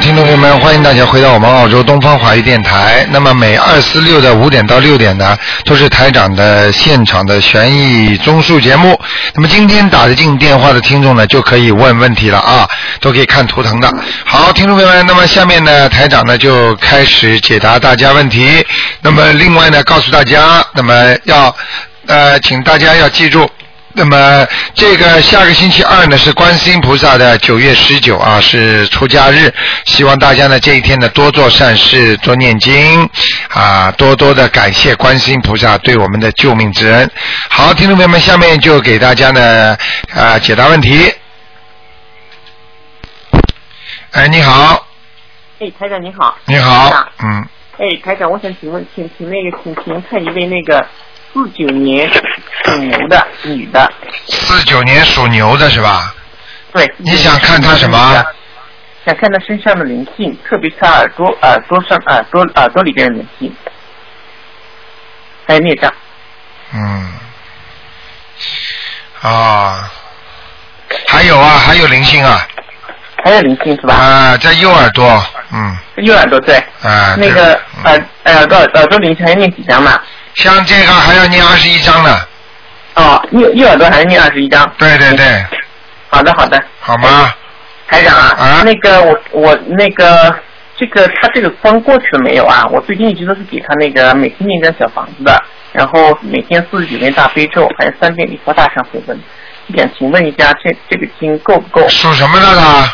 听众朋友们，欢迎大家回到我们澳洲东方华语电台。那么每二四六的五点到六点呢，都是台长的现场的悬疑综述节目。那么今天打得进电话的听众呢，就可以问问题了啊，都可以看图腾的。好，听众朋友们，那么下面呢，台长呢就开始解答大家问题。那么另外呢，告诉大家，那么要呃，请大家要记住，那么这个下个星期二呢是观世音菩萨的九月十九啊，是出家日，希望大家呢这一天呢多做善事，多念经啊，多多的感谢观世音菩萨对我们的救命之恩。好，听众朋友们，下面就给大家呢啊解答问题。哎，你好，哎，台长您好。你台好长，嗯，哎，台长，我想请问，请请那个，请请看一位那个四九年属牛的女的，四九年属牛的是吧？对。你想看她什么？想看她身上的灵性，特别是她耳朵、耳朵上、耳朵、耳朵里边的灵性，还有孽障。嗯，啊，还有啊，还有灵性啊，还有灵性是吧？啊，在右耳朵，嗯，右耳朵对，啊，那对个呃嗯耳耳朵耳朵灵性还要念几张嘛？像这个还要念二十一章呢，哦，右右耳朵还是念二十一张。对对对，好的，好的。好吗？台长啊，啊那个我我那个这个他这个关过去了没有啊？我最近一直都是给他那个每天念一张小房子的，然后每天四十九遍大悲咒，还有三遍礼佛大忏悔文。想请问一下，这这个经够不够？属什么的呢？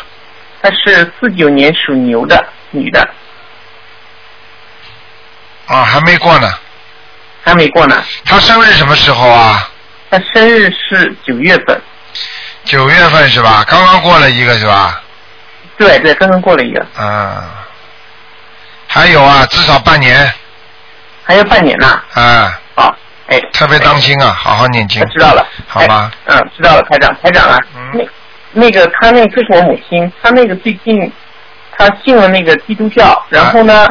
她是四九年属牛的女的，啊，还没过呢。还没过呢。他生日什么时候啊？她生日是九月份，九月份是吧？刚刚过了一个是吧？对对，刚刚过了一个，嗯，还有啊，至少半年还有半年呢。啊，啊，哎，特别当心啊，好好念经我，知道了，好吧？哎？嗯，知道了，台长，台长啊，嗯那那个他那个是我母亲，他那个最近他信了那个基督教，然后呢，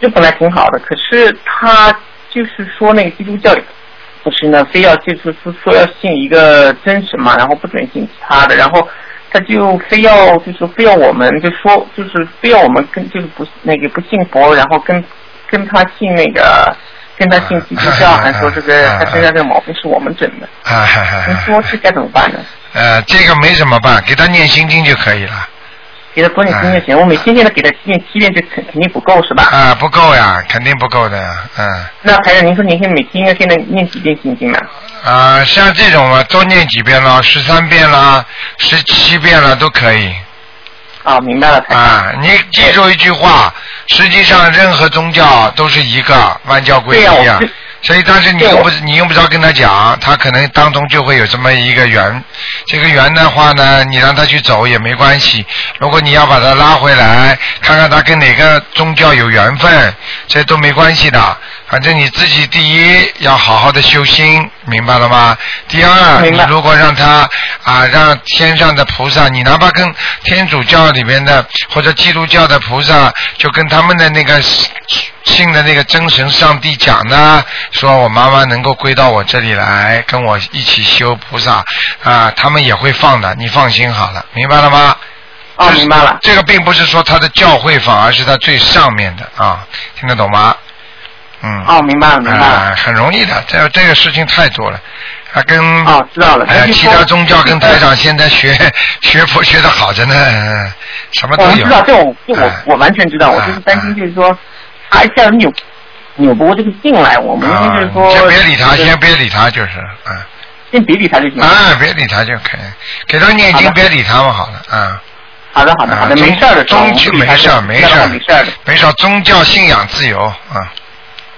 这本来挺好的，可是他就是说那个基督教里不是呢，非要就是说说要信一个真神嘛，然后不准信其他的，然后。他就非要就是非要我们就说就是非要我们跟就是不那个不信佛，然后跟跟他信那个跟他信基督教，还说这个他身上这个毛病是我们整的。啊，哈哈您哈说这该怎么办呢？呃，这个没什么办，给他念心经就可以了。给他多念经就行，我每天现在给他念七遍，这肯肯定不够是吧？哎啊，不够呀，肯定不够的呀，嗯，那还有您说您现在每天应该现在念几遍心经呢？啊，像这种啊，多念几遍了，十三遍啦，十七遍了都可以啊，明白了，哎台长。啊。你记住一句话，实际上任何宗教都是一个万教归对呀、一我啊是。所以，但是你对用我不你用不着跟他讲，他可能当中就会有这么一个缘。这个缘的话呢，你让他去走也没关系。如果你要把他拉回来，看看他跟哪个宗教有缘分，这都没关系的。反正你自己第一要好好的修心，明白了吗？第二，明你白如果让他啊，让天上的菩萨，你哪怕跟天主教里面的或者基督教的菩萨，就跟他们的那个信的那个真神上帝讲呢，说我妈妈能够归到我这里来，跟我一起修菩萨啊，他们也会放的，你放心好了，明白了吗？哦，明白了。这个并不是说他的教会放，而是他最上面的啊，听得懂吗？嗯。哦，明白了，明白了。啊，很容易的，这这个事情太多了，他跟哦，知道了。哎那就其说他宗教跟台长现在学 学佛学的好着呢，嗯什么都我们有知。道，这我这我、哎我完全知道，我就是担心就是说，他一下子扭扭不过这个劲来，我们啊，就是说，你先别理就他，是先别理他就是，嗯，先别理他就行。啊，别理他就可以，给他念嗯好经，的别理他们好了，啊，好的，好的，好的，没事儿的，宗我教们不理他没就事儿没事儿没事儿的，没少宗教信仰自由，啊，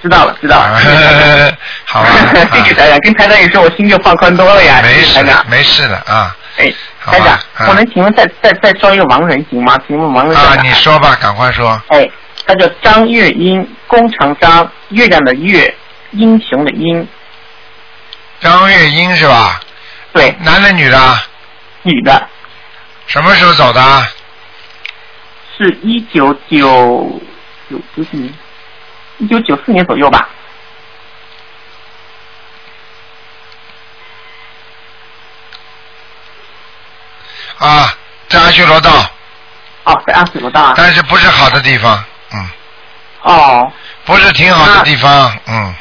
知道了，知道 了。好吧，谢谢台长，跟台长一说，我心就放宽多了哎啊呀。没谢谢事台长，没事的啊，哎，好吧台长，啊我能请问再再再招一个盲人行吗？请问盲人在啊，哪你说吧，赶快说，哎，他叫张月英，弓长张，月亮的月，英雄的英，张月英是吧？对，男的女的啊？女的，什么时候走的啊？是一九九九九几年，一九九四年左右吧。啊，在阿修罗道。哦，在阿姆斯特丹。但是不是好的地方，嗯，哦不是挺好啊的地方，嗯，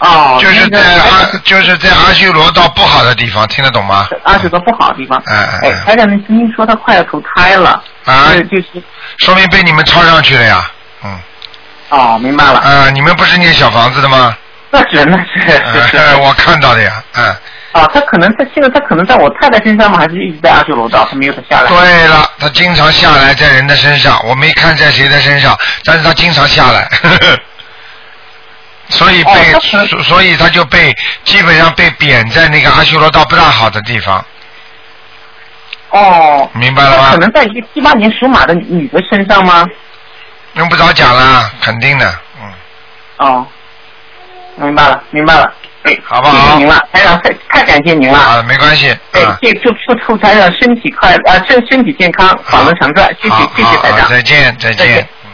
哦，就是那在个阿就是在阿修罗道不好的地方，听得懂吗？阿是个不好的地方。嗯嗯哎，嗯台长，那曾经说他快要投胎了，啊，就是就是说明被你们抄上去了呀，嗯，哦，明白了，啊，你们不是念小房子的吗？那是那是 是是 呃，我看到的呀，嗯，啊，他可能他现在他可能在我太太身上嘛，还是一直在阿修罗道，他没有他 下来。对了，他经常下来在人的身上，我没看在谁的身上，但是他经常下来， 所以被、哦他可所所以他就被基本上被贬在那个阿修罗道不大好的地方，哦，明白他了可吗？能在一个七八年属马的女的身上吗？用不着讲啦，肯定的，嗯，哦，明白了，明白了。哎，好不好谢谢您了，台长，太太感谢您好了。了，没关系，哎啊，，谢祝祝祝台长身体快乐，啊，身身体健康，法门常转，谢谢好谢好谢台好长。再见再再见见。嗯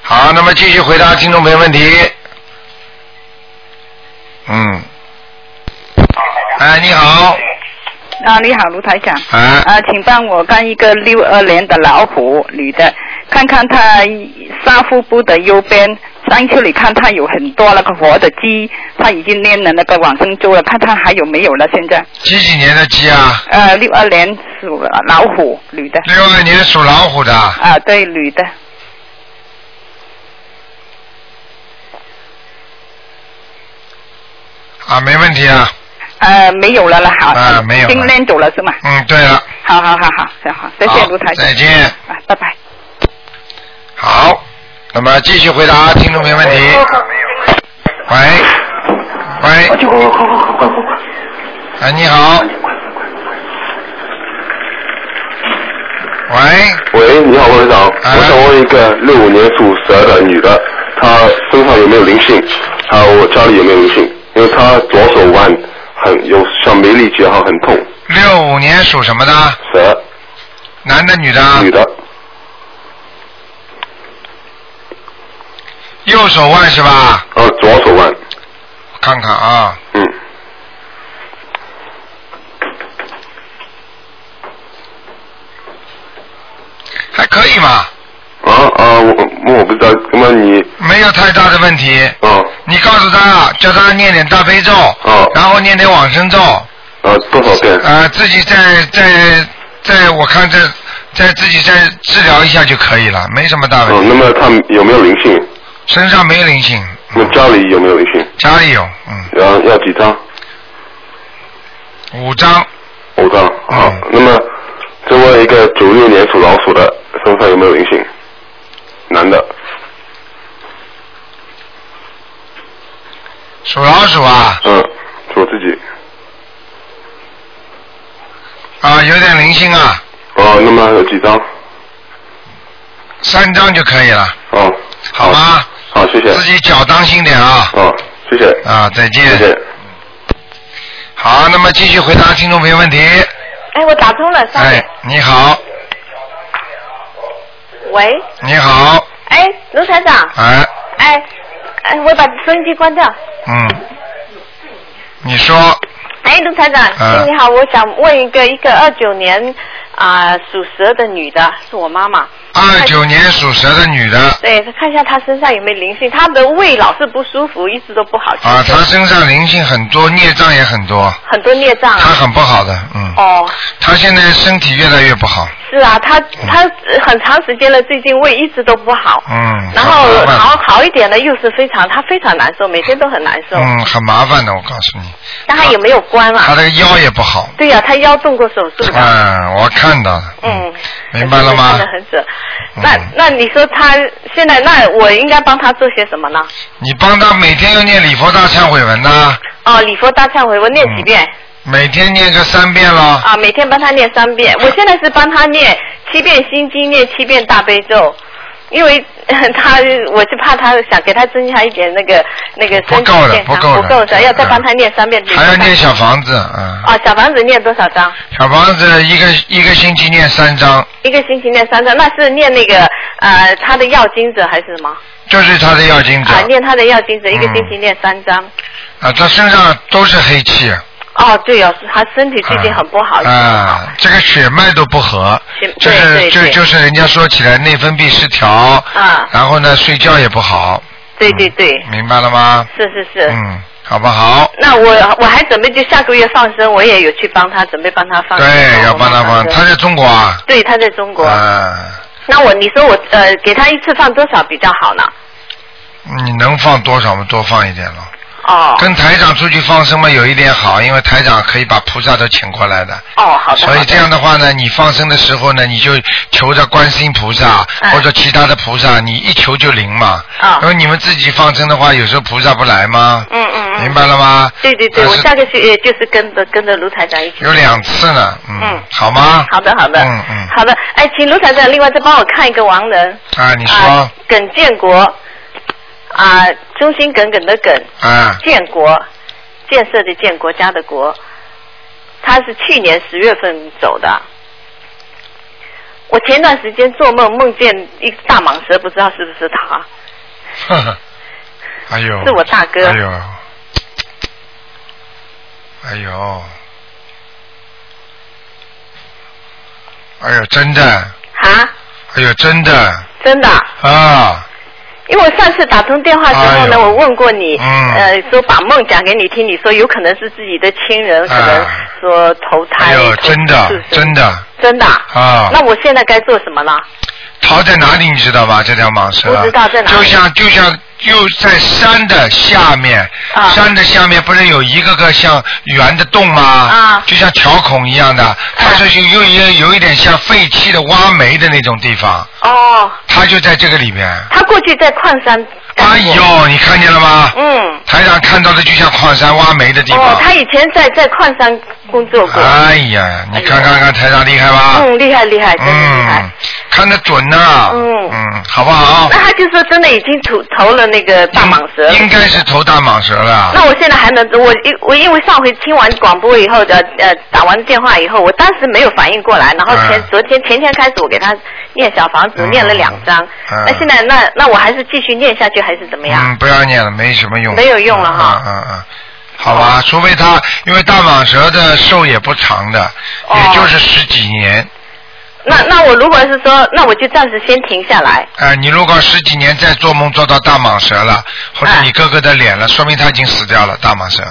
好，那么继续回答听众朋友问题。嗯。哎，你好，啊，你好，卢台长。哎，啊，请帮我看一个六二年的老虎女的，看看她嗯下腹部的右边。上次你看她有很多那个活的鸡，她已经练了那个往生咒了，看她还有没有了。现在，几几年的鸡啊？呃，六二年属老虎女的，六二年属老虎的，啊，对，女的，啊，没问题啊。呃，没有了了，好，啊没有了已经练走了是吗？嗯，对了，好好好好，好好，谢谢好卢台长，再见。啊，拜拜。好，那么继续回答听众朋友问题。喂，喂，就快快快快快快快！哎，你好，喂，喂，你好，罗队长，哎我想问一个六五年属蛇的女的，她身上有没有灵性？还有我家里有没有灵性？因为她左手腕很有像没力气，然后很痛。六五年属什么的？蛇，男的女的？女的，右手腕是吧？呃，左手腕，看看啊，嗯，还可以嘛，啊啊，我我不知道，那么你，没有太大的问题。啊你告诉他，叫他念点大悲咒，哦然后念点往生咒，啊，多少遍？呃，自己再再再，我看再再自己再治疗一下就可以了，没什么大问哦，题。那么她有没有灵性？身上没有灵性，那么家里有没有灵性？家里有，嗯，然后要几张？五张，五张。好嗯，那么再问一个九六年属老鼠的身上有没有灵性？男的，属老鼠啊嗯，是我自己。啊，有点灵性啊，哦，那么有几张？三张就可以了，哦，好吗？好，谢谢。自己脚当心点啊，哦，谢谢，啊，再见。谢谢。好，那么继续回答听众朋友问题。哎，我打通了，三哎，你好，喂，你好，哎，卢台长，哎，哎，哎，我把收音机关掉。嗯，你说哎，卢台长，啊哎你好，我想问一个，一个二九年啊、属蛇的女的，是我妈妈，二九年属蛇的女的对，看一下她身上有没有灵性，她的胃老是不舒服，一直都不好，啊，她身上灵性很多，孽障也很多，很多孽障她啊。很不好的，嗯，哦，她现在身体越来越不好，是啊，她她呃很长时间了，最近胃一直都不好，嗯，很然麻后烦好好一点了，又是非常她非常难受，每天都很难受。嗯，很麻烦的，我告诉你，那她有没有关她啊？这个腰也不好，对呀、她腰动过手术的。嗯，我看到了，嗯，明白了吗看得？很准。嗯那那你说他现在，那我应该帮他做些什么呢？你帮她每天要念礼佛大忏悔文呐、哦，礼佛大忏悔我念几遍、每天念个三遍咯。啊？每天帮他念三遍。我现在是帮他念七遍心经，念七遍大悲咒，因为 他我是怕他想给他增加一点那个那个身不体够的健康不够的不够的，要再嗯帮他念三遍礼佛还大。要念小房子，嗯，啊，小房子念多少张？小房子一个一个星期念三章，一个星期念三张，那是念那个呃他的药精者还是什么？就是他的要经者啊，念他的药精者，一个嗯星期念三张。啊，他身上都是黑气，哦，对哦，是他身体嗯最近很不好。啊，这个血脉都不和血，就对是对就对就是人家说起来内分泌失调，啊然后呢睡觉也不好，对对对，明白了吗？是是是。嗯，好不好？那我我还准备就下个月放生，我也有去帮他准备帮他放生。对，要我帮他放帮，生他在中国啊，对他在中国。啊，那我你说我呃给他一次放多少比较好呢？你嗯能放多少嘛？多放一点了。哦跟台长出去放生嘛，有一点好，因为台长可以把菩萨都请过来的。哦，好的。所以好的这样的话呢，你放生的时候呢，你就求着观世音菩萨、嗯或者其他的菩萨，你一求就灵嘛。啊因为你们自己放生的话，有时候菩萨不来吗？嗯嗯嗯明白了吗？对对对，但我是下个月就是跟着跟着卢台长一起。有两次呢，嗯，嗯好吗？好的好的。嗯嗯。好的，哎，请卢台长另外再帮我看一个亡人。啊，你说啊，耿建国，啊，忠心耿耿的耿，啊，建国，建设的建，国家的国。他是去年十月份走的。我前段时间做梦，梦见一大蟒蛇，不知道是不是他。呵呵， 哎呦，是我大哥哎呦，哎呦，哎呦，真的，啊，哎呦，真的真的啊、啊，因为我上次打通电话之后哎呢，呦我问过你，嗯呃，说把梦讲给你听，你说有可能是自己的亲人，可能哎说投哎胎，呦，投真的是，是真的真的啊、啊。那我现在该做什么呢？逃在哪里你知道吗？这条蟒蛇啊不知道在哪里就像就像就在山的下面，啊山的下面不是有一个个像圆的洞吗？啊就像条孔一样的，它是有有一有一点像废弃的挖煤的那种地方，哦，它就在这个里面。他过去在矿山干过。哎呦，你看见了吗？嗯，台长看到的就像矿山挖煤的地哦方，。他以前在在矿山工作过。哎呀，你看看看台长厉害吧？嗯，厉害厉害，真的厉害嗯。，看得准呐、嗯嗯，好不好？那他就说真的已经投投了那个大蟒蛇了应该是投大蟒蛇了。那我现在还能，我因我因为上回听完广播以后的，呃，打完电话以后，我当时没有反应过来，然后前、嗯昨天前天开始我给他念小房子，嗯念了两张，嗯那哎现在那那我还是继续念下去还是怎么样？嗯，不要念了，没什么用。没有用了哈哦嗯嗯嗯。好吧，除非他，因为大蟒蛇的寿也不长的，哦也就是十几年。那那我如果是说，那我就暂时先停下来。哎、你如果十几年再做梦做到大蟒蛇了，或者哎你哥哥的脸了，说明他已经死掉了，大蟒蛇。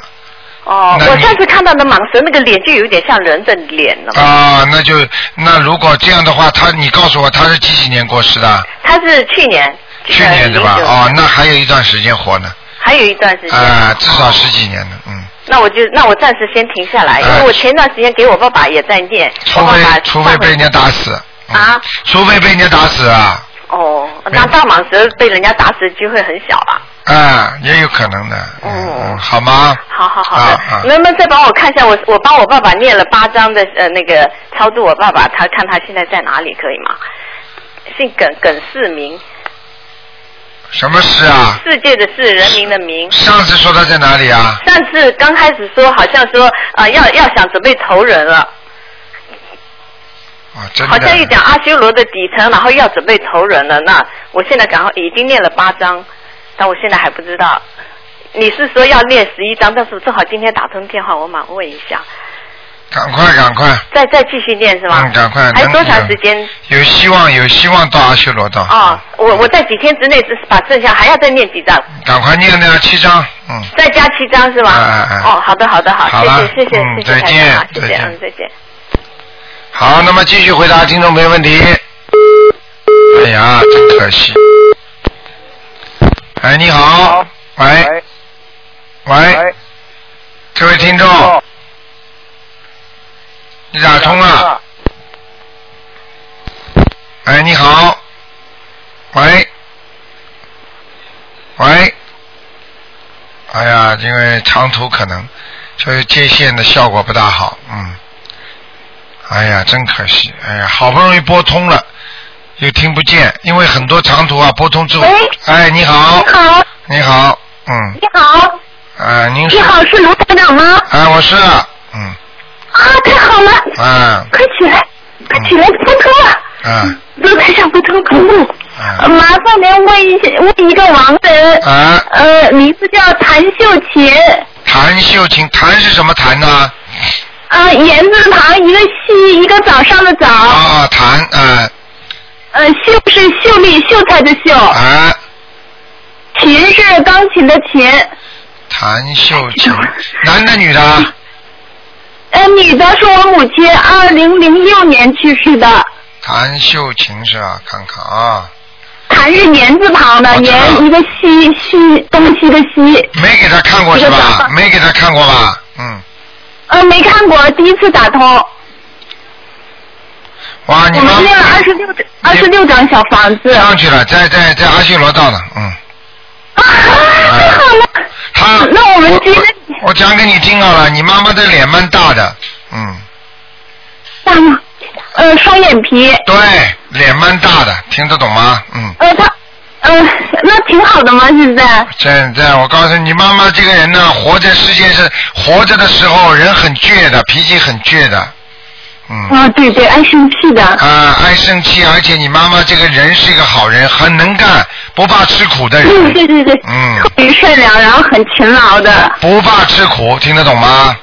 哦，那我你上次看到的蟒蛇那个脸就有点像人的脸了嘛，啊、那就那如果这样的话，他你告诉我他是几几年过世的？他是去年，去年对吧？呃哦，， 09那还有一段时间活呢，还有一段时间。啊、至哦少十几年呢，嗯。那我就那我暂时先停下来，因哎为我前段时间给我爸爸也在念，我除爸爸非除非上回被人家打死。嗯啊？除非被人家打死啊！哦，那大蟒蛇被人家打死的机会很小了。啊，也有可能的。嗯，哦嗯好吗？好好好的，啊啊能不能再帮我看一下我我帮我爸爸念了八章的呃那个超度我爸爸，他看他现在在哪里可以吗？姓耿耿世民，什么事啊？世界的世，人民的民。上次说他在哪里啊？上次刚开始说好像说呃要要想准备投人了，啊，真好的。像一讲阿修罗的底层，然后要准备投人了。那我现在刚好已经念了八章，但我现在还不知道。你是说要念十一章，但是正好今天打通电话，我马上问一下，赶快赶快，再再继续念是吗？嗯，赶快。还有能多长时间？？有有希望，有希望到阿修罗道。哦，我我在几天之内只把剩下还要再念几张，赶快念那七章，嗯。再加七张是吗？哎哎哎哦，好的好的好好，了谢谢谢谢、嗯谢谢再见台长啊谢再谢见嗯再见。好，那么继续回答听众朋友问题。哎呀，真可惜。哎，你好，喂，喂，这位听众，你打通了？哎，你好，喂，喂，哎呀，因为长途可能，所以接线的效果不大好，嗯。哎呀，真可惜！哎呀，好不容易拨通了，又听不见，因为很多长途啊，拨通之后喂，哎，你好，你好，你好，嗯，你好，啊，您你是，好，是卢台长吗？哎，我是，嗯，啊，太好了，啊，快起来，快起来，不通了，啊，卢台长不通公路，啊呃，麻烦呃您问一下，问一个亡人，啊，呃，名字叫谭秀琴，谭秀琴，谭是什么谭呢？啊，言字旁一个西，一个早上的早，啊啊，谭，啊呃，秀是秀丽秀才的秀，啊，琴是钢琴的琴，谭秀琴，男的女的啊？呃，女的是我母亲，二零零六年去世的，谭秀琴是吧？看看啊，谭是言字旁的我，知道言一个西西东西的西，没给他看过是这个吧吧？没给他看过吧？嗯，呃，没看过，第一次打通，哇，你我妈们念了二十六二十六张小房子，啊，上去了，在在在阿修罗道呢，嗯。啊太好了，他那我们我接着我讲给你听好了，你妈妈的脸蛮大的，嗯，大吗？呃，双眼皮，对，脸蛮大的，听得懂吗？嗯，呃，他，呃，那挺好的吗？现在？现在我告诉你，妈妈这个人呢，活在世界是活着的时候人很倔的，脾气很倔的，嗯。啊，对对，爱生气的。啊，爱生气，而且你妈妈这个人是一个好人，很能干，不怕吃苦的嗯，人，对对对，哎嗯特别善良，然后很勤劳的，不怕吃苦，听得懂吗？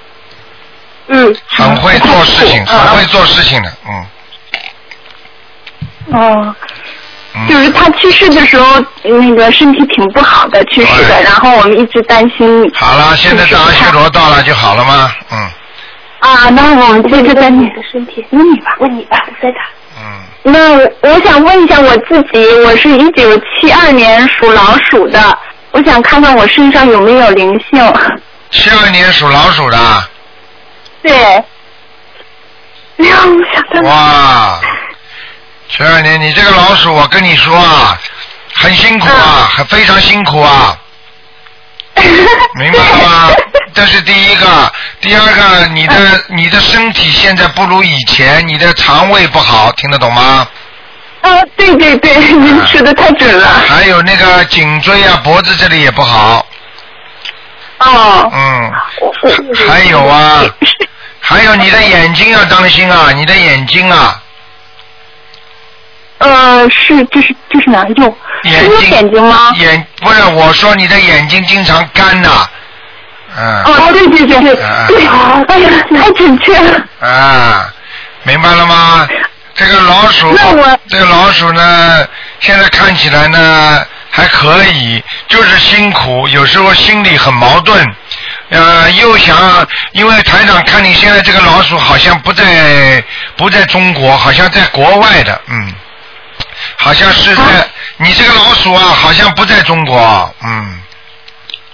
嗯，很会做事情，嗯很会做事情的，嗯哦，嗯。就是他去世的时候，那个身体挺不好的，去世的，对然后我们一直担心哎好了，现在大修罗到了就好了吗？嗯啊，那我们接着担心的身体，问你吧。问你吧，在哪？嗯，那我想问一下我自己，我是一九七二年属老鼠的，我想看看我身上有没有灵性。七二年属老鼠的，对。 哎呀，我想到哇，七二年你这个老鼠，我跟你说啊，很辛苦啊，嗯很非常辛苦 啊，明白了吗？这是第一个，第二个，你嗯的你的身体现在不如以前，你的肠胃不好，听得懂吗？啊，对对对，您说的太准了。还有那个颈椎啊、脖子这里也不好，哦，嗯，还有 啊，还有你的眼睛要当心啊，你的眼睛啊，呃，是，这是这是哪一种？眼是右睛眼睛吗？眼不是我说你的眼睛经常干呐、嗯哦，对对对对，啊对，哎呀，太准确了。啊，明白了吗？这个老鼠那我，这个老鼠呢，现在看起来呢还可以，就是辛苦，有时候心里很矛盾，呃，又想，因为台长看你现在这个老鼠好像不在不在中国，好像在国外的，嗯，好像是啊在、你这个老鼠啊，好像不在中国，嗯。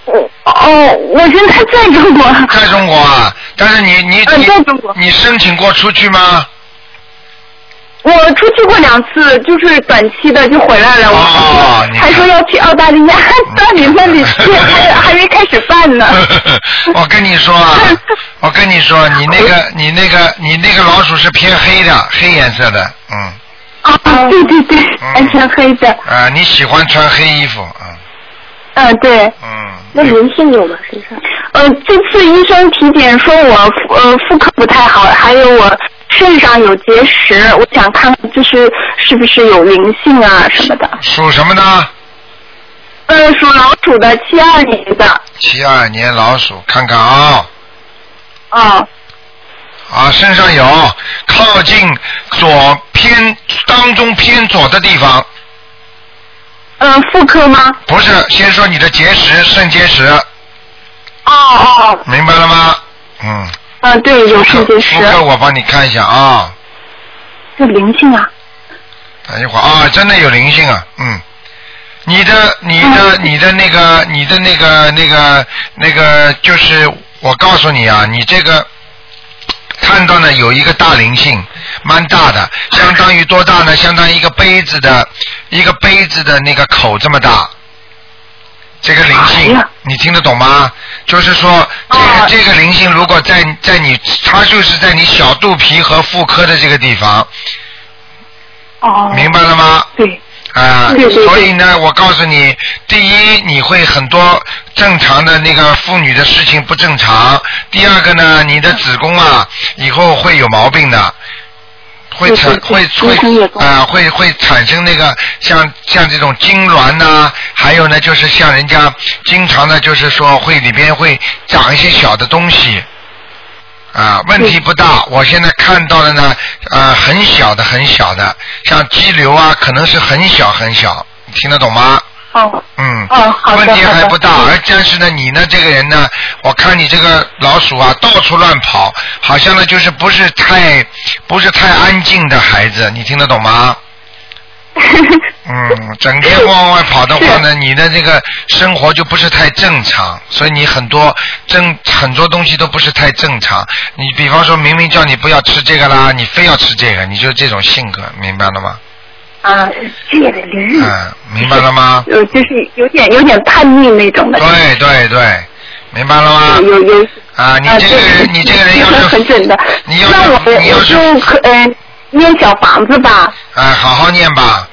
我哦，我现在在中国。在中国啊，但是你你嗯你在中国你申请过出去吗？我出去过两次，就是短期的就回来了。哦我你看嗯还说要去澳大利亚， 到你那里去，还还没开始办 呢。呃 我跟你说啊，我跟你说，你那个你那个你那个老鼠是偏黑的，黑颜色的，嗯啊，对对对，还穿黑的，啊、你喜欢穿黑衣服，嗯嗯，对。嗯，那灵性有吗？身上？呃，这次医生体检说我呃妇科不太好，还有我肾上有结石，我想看看就是是不是有灵性啊什么的。属什么呢？呃，属老鼠的，七二年的。七二年老鼠，看看啊、哦，啊，身上有，靠近左偏当中偏左的地方，呃，妇科吗？不是，先说你的结石，肾结石，哦哦哦，明白了吗？嗯。嗯、对，有肾结石福，哥，我帮你看一下啊，有灵性啊。等一会儿啊，真的有灵性啊，嗯，你的、你的、嗯你的那个、你的那个、那个、那个，就是我告诉你啊，你这个看到呢有一个大灵性，蛮大的，相当于多大呢？相当于一个杯子的一个杯子的那个口这么大。这个灵哎性呀，你听得懂吗？就是说，这个、哦这个灵性如果在在你，它就是在你小肚皮和妇科的这个地方，哦，明白了吗？对，啊、对对对所以呢，我告诉你，第一，你会很多正常的那个妇女的事情不正常；第二个呢，你的子宫啊，以后会有毛病的，会产会会啊、会会产生那个像像这种痉挛呐、还有呢就是像人家经常的，就是说会里边会长一些小的东西。啊，问题不大。我现在看到的呢，呃，很小的，很小的，像肌瘤啊，可能是很小很小，你听得懂吗？哦嗯，哦好的问题还不大好，的而但是呢，你呢这个人呢，我看你这个老鼠啊，到处乱跑，好像呢就是不是太不是太安静的孩子，你听得懂吗？嗯，整天往外跑的话呢，你的这个生活就不是太正常，所以你很多正很多东西都不是太正常。你比方说明明叫你不要吃这个啦，你非要吃这个，你就这种性格，明白了吗？啊，这也得灵嗯，明白了吗？呃，就是有点有点叛逆那种的，对对对，明白了吗？有有啊，你这个人，你这个人要很是 很准的。你要那是我你要我是就可呃念小房子吧。啊，好好念吧。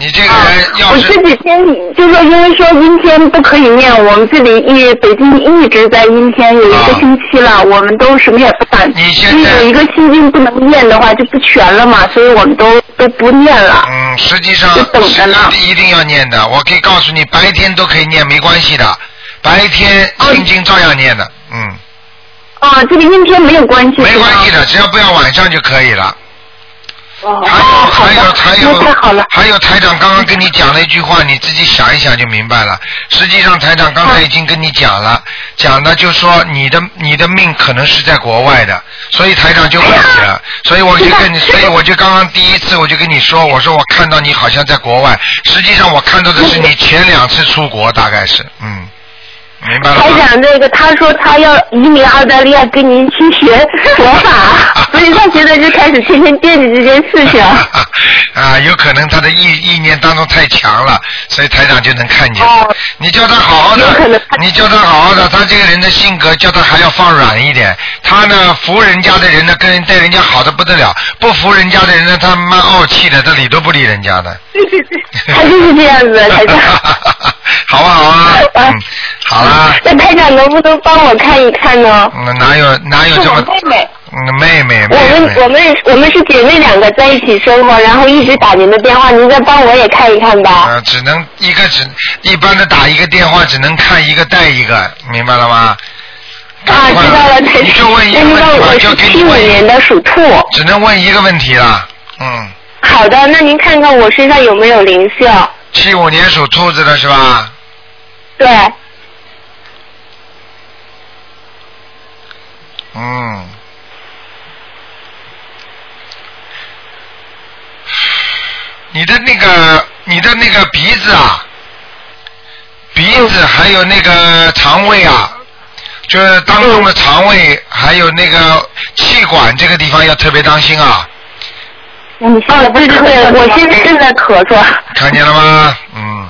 你这个人我要这是几天就说，因为说阴天不可以念，我们这里一北京一直在阴天，有一个啊星期了，我们都什么也不敢。你现因为在有一个心经不能念的话，就不全了嘛，所以我们都都不念了。嗯，实际上就等着呢是一定要念的。我可以告诉你，白天都可以念，没关系的。白天心经照样念的，嗯，啊，这个阴天没有关系，没关系是吗。的，只要不要晚上就可以了。哦，还有好还有还的，那太好有了。还有台长刚刚跟你讲了一句话，你自己想一想就明白了。实际上台长刚才已经跟你讲了，讲的就说你的你的命可能是在国外的，所以台长就问你了，所以我就跟你，所以我就刚刚第一次我就跟你说，我说我看到你好像在国外，实际上我看到的是你前两次出国，大概是，嗯，明白了台吗？长，那个他说他要移民澳大利亚跟您去 学佛法，所以他现在就开始天天惦记这件 事情。啊，有可能他的意意念当中太强了，所以台长就能看见。哦你叫他好好有可能的他，你叫他好好的，他这个人的性格叫他还要放软一点。他呢，服人家的人呢，跟人对人家好的不得了；不服人家的人呢，他蛮傲气的，他理都不理人家的。他就是这样子，台长。 好啊，好啊， 啊嗯，好啦，那台长能不能帮我看一看呢？嗯哪有哪有是这我么妹妹，嗯妹 妹我妹们我妹，们我们是姐妹两个在一起生活，然后一直打您的电话，您再帮我也看一看吧。啊，只能一个只一般的打一个电话，只能看一个带一个，明白了吗？啊，赶知快道了，台你就长。问一那个您帮问题吧，我就是给七你五问一年的属兔。只能问一个问题了。嗯，好的，那您看看我身上有没有灵性？七五年属兔子的是吧？对，嗯。你的那个，你的那个鼻子啊，鼻子还有那个肠胃啊，就是当中的肠胃还有那个气管这个地方要特别当心啊，哦，对对对，我现在正在咳嗽。看见了吗？嗯，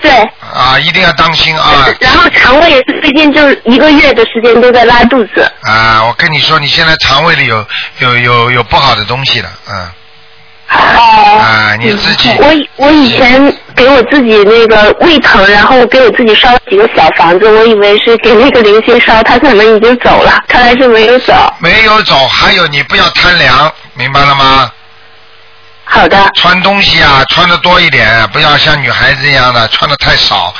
对，啊，一定要当心啊。然后肠胃也是最近就是一个月的时间都在拉肚子。啊，我跟你说，你现在肠胃里有有有有不好的东西了，嗯，哦啊，你自己，我以我以前给我自己那个胃疼，然后给我自己烧了几个小房子，我以为是给那个灵性烧，他可能已经走了，看来是没有走。没有走，还有你不要贪凉，明白了吗？好的，穿东西啊，穿的多一点，不要像女孩子一样的穿的太少，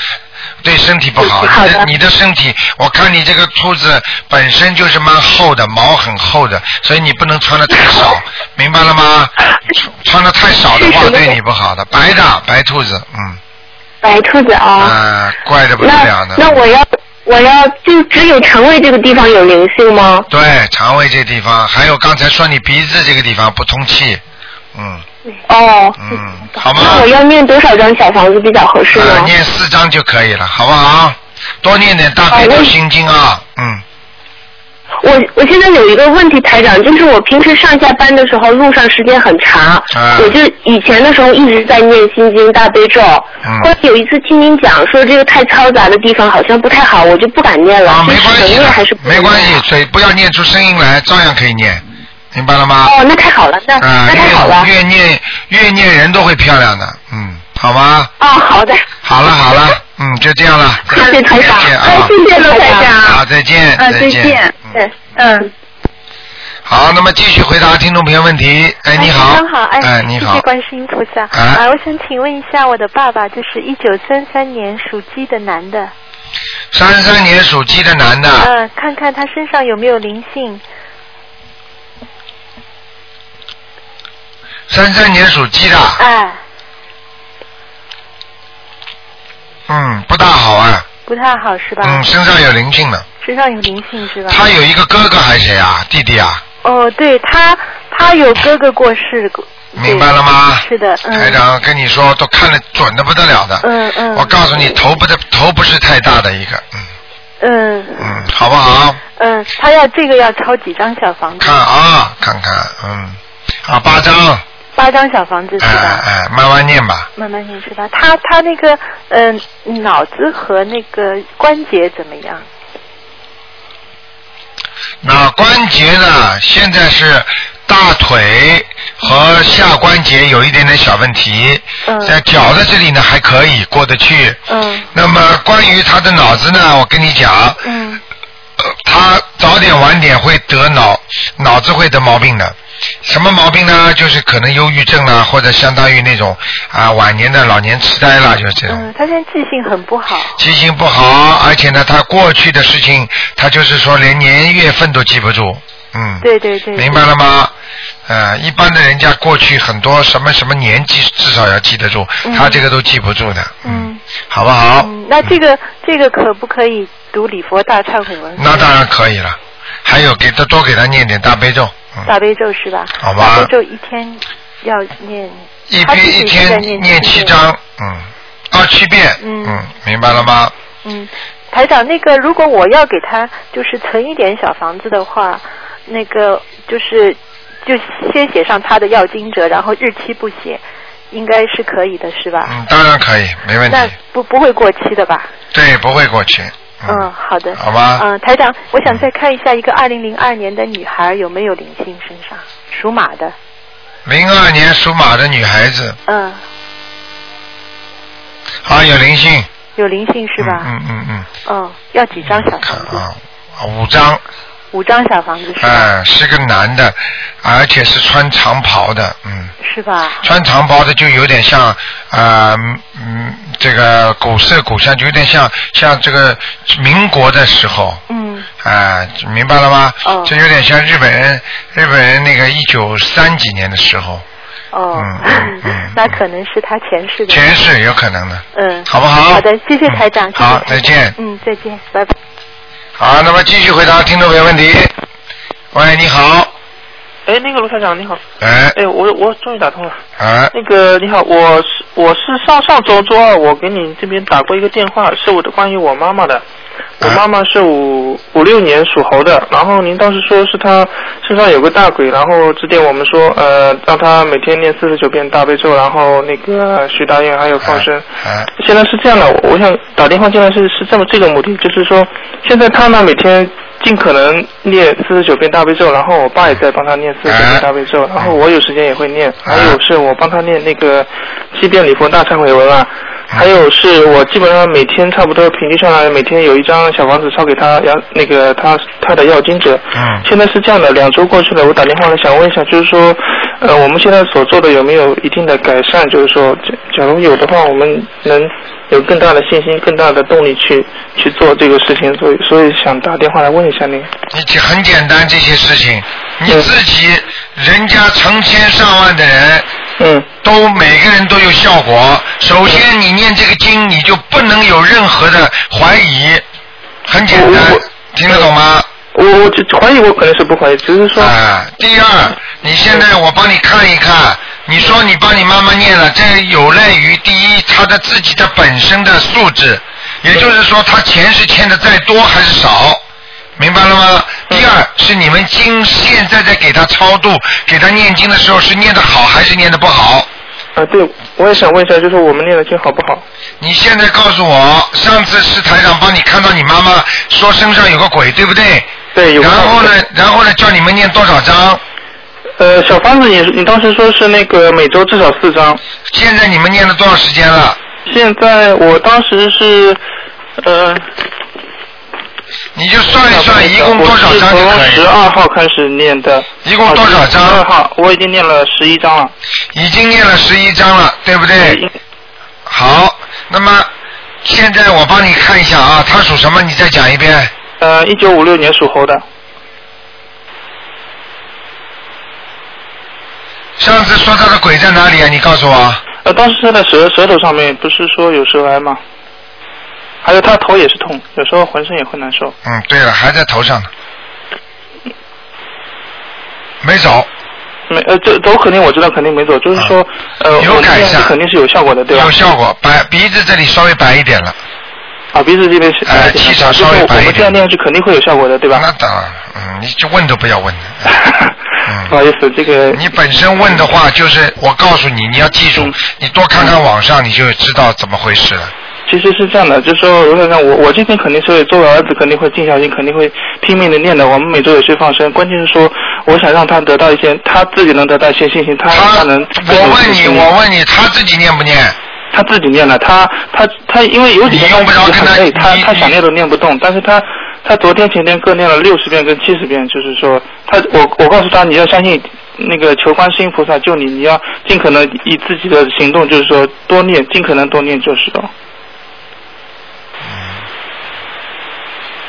对身体不好。嗯好你的的你的身体，我看你这个兔子本身就是蛮厚的，毛很厚的，所以你不能穿的太 少，明白了吗？穿穿的太少的话是什么对你不好的，白的白兔子，嗯，白兔子啊，啊，怪的不得了呢。那那我要我要就只有肠胃这个地方有灵性吗？对，肠胃这地方，还有刚才说你鼻子这个地方不通气，嗯哦，嗯，好吗？那我要念多少张小房子比较合适呃呢？念四张就可以了，好不好？多念点大悲咒心经啊，嗯，我我现在有一个问题，台长，就是我平时上下班的时候路上时间很长，啊我就以前的时候一直在念心经大悲咒，嗯后来有一次听您讲说这个太嘈杂的地方好像不太好，我就不敢念了，啊，这没是关能系念还是的，不能没关系念，嘴不要念出声音来，照样可以念，明白了吗？哦，那太好了，那、啊那，太好了越，越念越念人都会漂亮的，嗯，好吗？哦，好的，好了好了，嗯，就这样了，谢谢台长，再见啊啊哎谢谢罗台长，好，再见，再见，嗯。嗯。好，那么继续回答听众朋友问题。哎，你好。先生好，哎，你谢好谢。观世音菩萨。啊我想请问一下，我的爸爸就是一九三三年属鸡的男的，三三年属鸡的男的，呃，看看他身上有没有灵性，三三年属鸡的，啊哎，嗯，不大好啊，不太好是吧？嗯，身上有灵性了。身上有灵性是吧？他有一个哥哥还是谁啊？弟弟啊？哦，对他，他有哥哥过世，明白了吗？是的，台嗯，长跟你说，都看得准的不得了的。嗯嗯我告诉你，头不得头不是太大的一个，嗯嗯嗯，好不好？嗯，他要这个要抄几张小房子看？啊，看看，嗯，啊，八张，八张小房子是哎吧？哎哎，慢慢念吧。慢慢念是吧？他他那个嗯、呃脑子和那个关节怎么样？那关节呢？现在是大腿和下关节有一点点小问题，嗯在脚的这里呢还可以过得去。嗯那么关于他的脑子呢，我跟你讲，嗯呃他早点晚点会得脑脑子会得毛病的。什么毛病呢？就是可能忧郁症啊，或者相当于那种啊晚年的老年痴呆啦，就是这种。嗯，他现在记性很不好。记性不好，而且呢，他过去的事情，他就是说连年月份都记不住。嗯，对对 对，明白了吗？呃，一般的人家过去很多什么什么年纪至少要记得住，嗯他这个都记不住的。嗯，好不好？嗯，那这个这个可不可以读礼佛大忏悔文？嗯那当然可以了。还有给他多给他念点大悲咒，嗯，大悲咒是吧？好吧大悲咒一天要念，一他自边己一在天念念七七遍章，嗯，二七遍，嗯嗯，明白了吗？嗯，台长，那个如果我要给他就是存一点小房子的话，那个就是就先写上他的要经者，然后日期不写，应该是可以的，是吧？嗯，当然可以，没问题那。不不会过期的吧？对，不会过去。嗯，好的。好吧嗯，台长，我想再看一下一个二零零二年的女孩有没有灵性身上，属马的。零二年属马的女孩子，嗯，啊，有灵性，有灵性是吧？嗯嗯嗯嗯。要几张小嗯，看房子？啊，五张，五张小房子是吧？哎、是个男的，而且是穿长袍的，嗯，是吧？穿长袍的就有点像，啊、嗯嗯，这个古色古香，就有点像像这个民国的时候，嗯啊、明白了吗？哦这有点像日本人，日本人那个一九三几年的时候，哦嗯嗯嗯 那可能是他前世的。前世有可能的。嗯，好不好好的，谢谢台长。嗯谢谢台好长再见嗯，再见，拜拜。好，那么继续回答听众朋友问题。喂，你好，哎，那个卢台长你好，哎哎，我我终于打通了。哎，那个你好，我是我是上上周周二我给你这边打过一个电话，是我的关于我妈妈的。哎我妈妈是五五六年属猴的，然后您当时说是她身上有个大鬼，然后指点我们说，呃，让她每天念四十九遍大悲咒，然后那个许大愿，还有放生。哎，现在是这样的，我我想打电话进来是是这么这个目的，就是说，现在他呢每天尽可能念四十九遍大悲咒，然后我爸也在帮他念四十九遍大悲咒，然后我有时间也会念，还有是我帮他念那个七遍礼佛大忏悔文啊，还有是我基本上每天差不多平均下来，每天有一张小房子抄给他，要那个他他的要经者。嗯现在是这样的，两周过去了，我打电话来想问一下，就是说，呃，我们现在所做的有没有一定的改善？就是说，假假如有的话，我们能有更大的信心、更大的动力去去做这个事情。所以，所以想打电话来问一下您。你这很简单这些事情，你自己，人家成千上万的人嗯都每个人都有效果。首先，你念这个经，你就不能有任何的怀疑，很简单我，听得懂吗？我我就怀疑，我可能是不怀疑，只是说，啊，第二，你现在我帮你看一看，你说你帮你妈妈念了，这有赖于第一她的自己的本身的素质，也就是说她钱是欠的再多还是少，明白了吗？第二是你们经现在在给她超度，给她念经的时候是念的好还是念的不好？啊，对，我也想问一下，就是我们念的经好不好？你现在告诉我，上次是台长帮你看到你妈妈说身上有个鬼，对不对？对，有。然后呢，然后呢，叫你们念多少章？呃，小房子你你当时说是那个每周至少四张，现在你们念了多少时间了？现在我当时是呃你就算一算一共多少张就可以十二号开始念的。一共多少张二号，我已经念了十一张了。已经念了十一章了，对不对？好，那么现在我帮你看一下啊，他属什么？你再讲一遍。呃，一九五六年属猴的。上次说他的鬼在哪里啊？你告诉我。呃，当时是在舌舌头上面，不是说有舌癌吗？还有他头也是痛，有时候浑身也会难受。嗯，对了，还在头上呢，没走。啊没呃，这都肯定我知道，肯定没走，就是说、呃，有我改这善样肯定是有效果的，对吧？有效果，哦白鼻子这里稍微白一点了。啊，鼻子这边是哎，气场稍微白我一们这点。样念是肯定会有效果的，对吧？那当然，嗯，你就问都不要 问的。嗯不好意思，这个你本身问的话，就是我告诉你，你要记嗯住，你多看看网上，你就知道怎么回事了。其实是这样的，就是说罗先生，我我这边肯定是会作为儿子肯定会尽孝心，肯定会拼命的念的。我们每周也去放生，关键是说我想让他得到一些，他自己能得到一些信心，他他能。我问你，我问你，他自己念不念？他自己念了，他他他因为有几天他自己很累，他他想念都念不动，但是他他昨天前天各念了六十遍跟七十遍，就是说他我我告诉他你要相信那个求观世音菩萨救你，你要尽可能以自己的行动，就是说多念，尽可能多念就是了。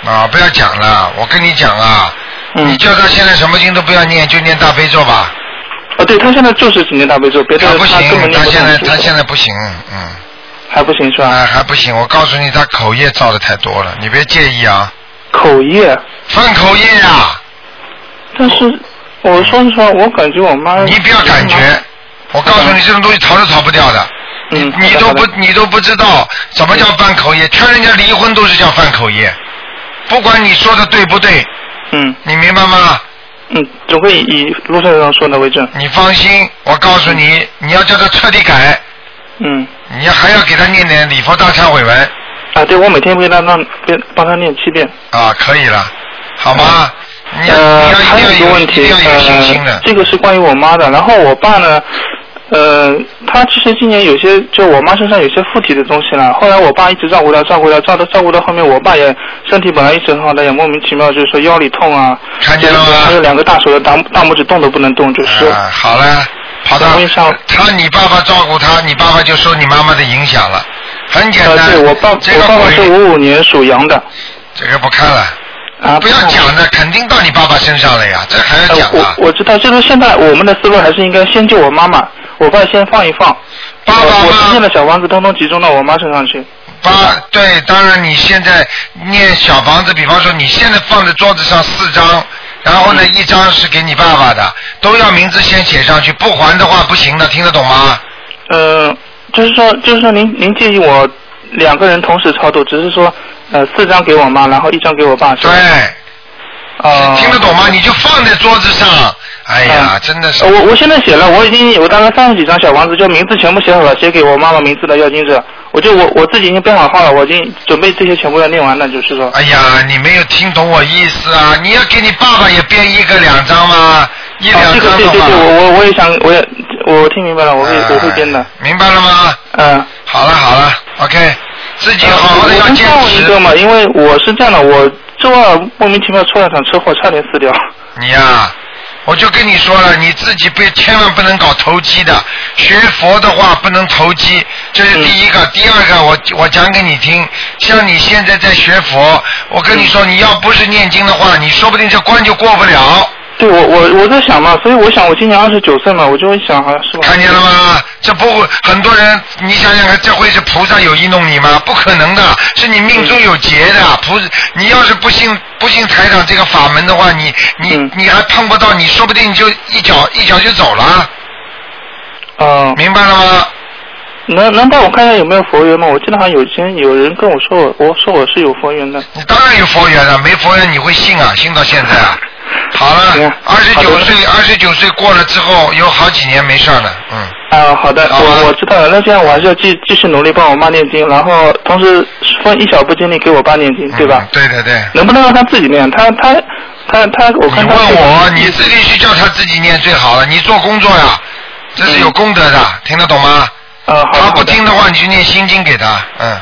啊，不要讲了，我跟你讲啊，嗯你叫他现在什么经都不要念，就念大悲咒吧。啊，对他现在就是只念大悲咒，别的他不行根本，念他不现在动他现在不行，嗯。还不行是吧？哎，还不行，我告诉你，他口业造的太多了，你别介意啊。口业。犯口业啊呀、但是我说实话，我感觉我妈你不要感嗯觉，我告诉你，这种东西逃都逃不掉的。你你都不你都不知道什么叫犯口业，劝人家离婚都是叫犯口业，不管你说的对不对。嗯。你明白吗？嗯，总会以陆先生说的为证。你放心，我告诉你，你要叫他彻底改，嗯。你还要给他念点礼佛大忏悔文啊，对，我每天会让让帮帮他念七遍。啊，可以了，好吗？你要呃，你要还有一一定个要问有题一定要有信心呃的，，这个是关于我妈的。然后我爸呢，呃，他其实今年有些，就我妈身上有些附体的东西了。后来我爸一直照顾她，照顾她，照顾照顾到后面，我爸也身体本来一直很好的，也莫名其妙就是说腰里痛啊，看见了吗还有两个大手的大大拇指动都不能动，就是说。啊，好了，跑到他，你爸爸照顾他，你爸爸就受你妈妈的影响了，很简单。呃，对我爸，这个我爸爸是鬼五五年属羊的。这个不看了。啊，不要讲了，肯定到你爸爸身上了呀，这还要讲啊？呃我我知道，就是现在我们的思路还是应该先救我妈妈，我爸先放一放。爸爸我妈我现在的小房子通通集中到我妈身上去。八对，当然你现在念小房子，比方说你现在放在桌子上四张，然后呢一张是给你爸爸的，都要名字先写上去，不还的话不行的，听得懂吗？呃，就是说，就是说您，您建议我两个人同时超度，只是说，呃，四张给我妈，然后一张给我爸。对。啊、听得懂吗？你就放在桌子上，哎呀，真的是。呃我我现在写了，我已经我大概三十几张小房子，就名字全部写好了，写给我妈妈名字的要经者，我就我我自己已经编好号了，我已经准备这些全部要念完了，就是说。哎呀，你没有听懂我意思啊！你要给你爸爸也编一个两张吗？一啊，两这个张对的对话，对，我我我也想，我也我听明白了，我会、我会编的。啊明白了吗？嗯。哎好了好了，OK，自己好好的要我能坚帮我一持。个嘛，因为我是这样的，我周二莫名其妙出了场车祸，差点死掉。你呀、我就跟你说了，你自己别千万不能搞投机的。学佛的话不能投机，这嗯是第一个。第二个，我我讲给你听，像你现在在学佛，我跟你说，你要不是念经的话，你说不定这关就过不了。对，我我我在想嘛，所以我想我今年二十九岁嘛，我就会想好像是吧。看见了吗？这不会，很多人，你想想看，这会是菩萨有意弄你吗？不可能的，是你命中有劫的。菩，你要是不信不信台长这个法门的话，你你、嗯你还碰不到，你说不定你就一脚一脚就走了。嗯。明白了吗？能能帮我看一下有没有佛缘吗？我记得好像有以前有人跟我说我我说我是有佛缘的。你当然有佛缘了，没佛缘你会信啊？信到现在啊？好了，二十九岁，二十九岁过了之后，有好几年没事儿了，嗯。啊，好的，我我知道了。那这样我还是要继继续努力帮我妈念经，然后同时分一小部精力给我爸念嗯经，对吧？对对对。能不能让他自己念？他他他他，我看你他问我，你自己去叫他自己念最好了。你做工作呀，这是嗯有功德的，听得懂吗？呃，他不听的话，你就念心经给他，嗯。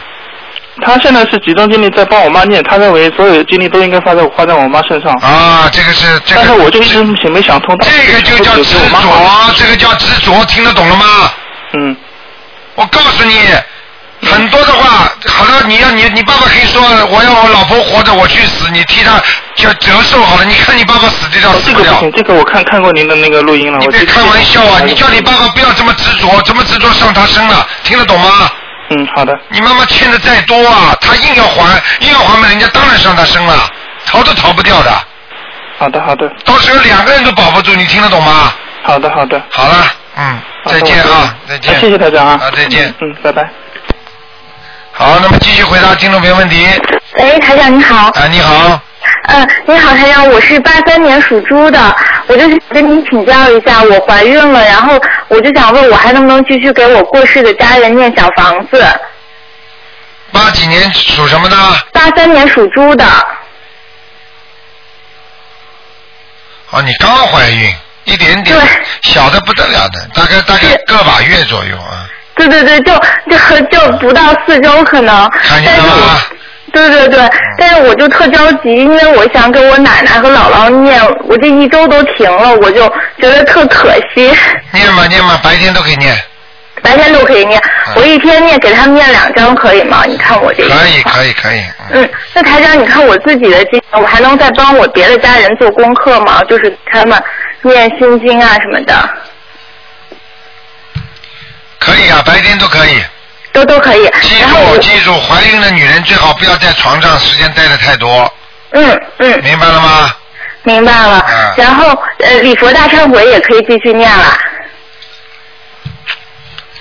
他现在是集中精力在帮我妈念，他认为所有的精力都应该花在我花在我妈身上。啊，这个是这个。但是我就一直想没想通。这个就叫执着，这个叫执着，听得懂了吗？嗯。我告诉你，很多的话，好了，你要你你爸爸可以说，我要我老婆活着，我去死，你替他折折寿好了。你看你爸爸死得掉死哦这不个不掉？行，这个我看看过您的那个录音了。你我别记得开玩笑啊！你叫你爸爸不要这么执着，这么执着上他身了，听得懂吗？嗯，好的。你妈妈欠的再多啊，他硬要还，硬要还嘛，人家当然上他身了，逃都逃不掉的。好的，好的。到时候两个人都保不住，你听得懂吗？好的，好的。好了，嗯，再见啊，再见。谢谢台长啊。啊，再见。嗯，拜拜。好，那么继续回答听众朋友问题。喂，台长你好。啊，你好。嗯，你好，台长，我是八三年属猪的，我就是跟您请教一下，我怀孕了，然后我就想问，我还能不能继续给我过世的家人念小房子？八几年属什么的？八三年属猪的，哦，你刚怀孕，一点点，小的不得了的，大概大概个把月左右啊。对对对，就就就不到四周可能，但是我，对对对，但是我就特着急，因为我想给我奶奶和姥姥念，我这一周都停了，我就觉得特可惜。念吧念吧，白天都可以念，白天都可以念，哎我一天念给他们念两张可以吗？你看我这个。可以可以可以。嗯，那台长，你看我自己的经，我还能再帮我别的家人做功课吗？就是给他们念心经啊什么的，可以啊，白天都可以。都都可以。记住记住，怀孕的女人最好不要在床上时间待的太多。嗯嗯。明白了吗？嗯明白了。哎然后呃，礼佛大忏悔也可以继续念了。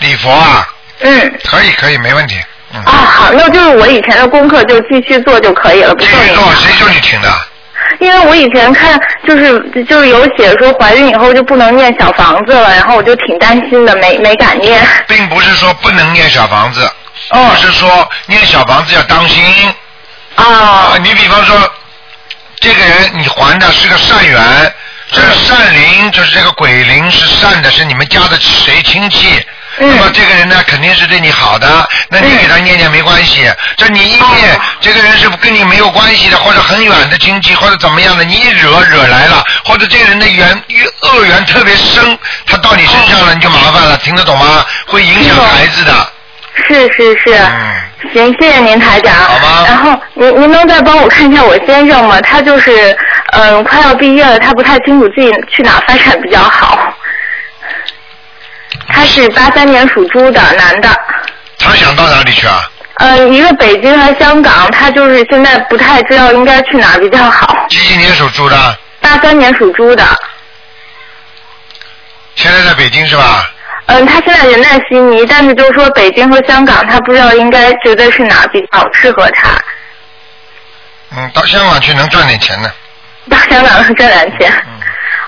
礼佛啊。嗯。可以可以，没问题。啊，好，那就是我以前的功课就继续做就可以了，不受影响。谁叫你停的？因为我以前看就是就是有写说怀孕以后就不能念小房子了，然后我就挺担心的，没没敢念。并不是说不能念小房子，而是说念小房子要当心。啊。你比方说，这个人你还的是个善缘，这个善灵就是这个鬼灵是善的，是你们家的谁亲戚。那么这个人呢，肯定是对你好的，那你给他念念没关系。这你一念，这个人是跟你没有关系的，或者很远的亲戚，或者怎么样的，你一惹惹来了，或者这个人的缘恶缘特别深，他到你身上了，你就麻烦了，听得懂吗？会影响孩子的。是是是，行，谢谢您台长。好吗？然后您您能再帮我看一下我先生吗？他就是嗯、快要毕业了，他不太清楚自己去哪儿发展比较好。他是八三年属猪的男的，他想到哪里去啊？嗯，一个北京和香港，他就是现在不太知道应该去哪儿比较好。几几年属猪的？八三年属猪的，现在在北京是吧？嗯，他现在人在悉尼，但是就是说北京和香港，他不知道应该觉得是哪儿比较适合他。嗯，到香港去能赚点钱呢。到香港是这两天。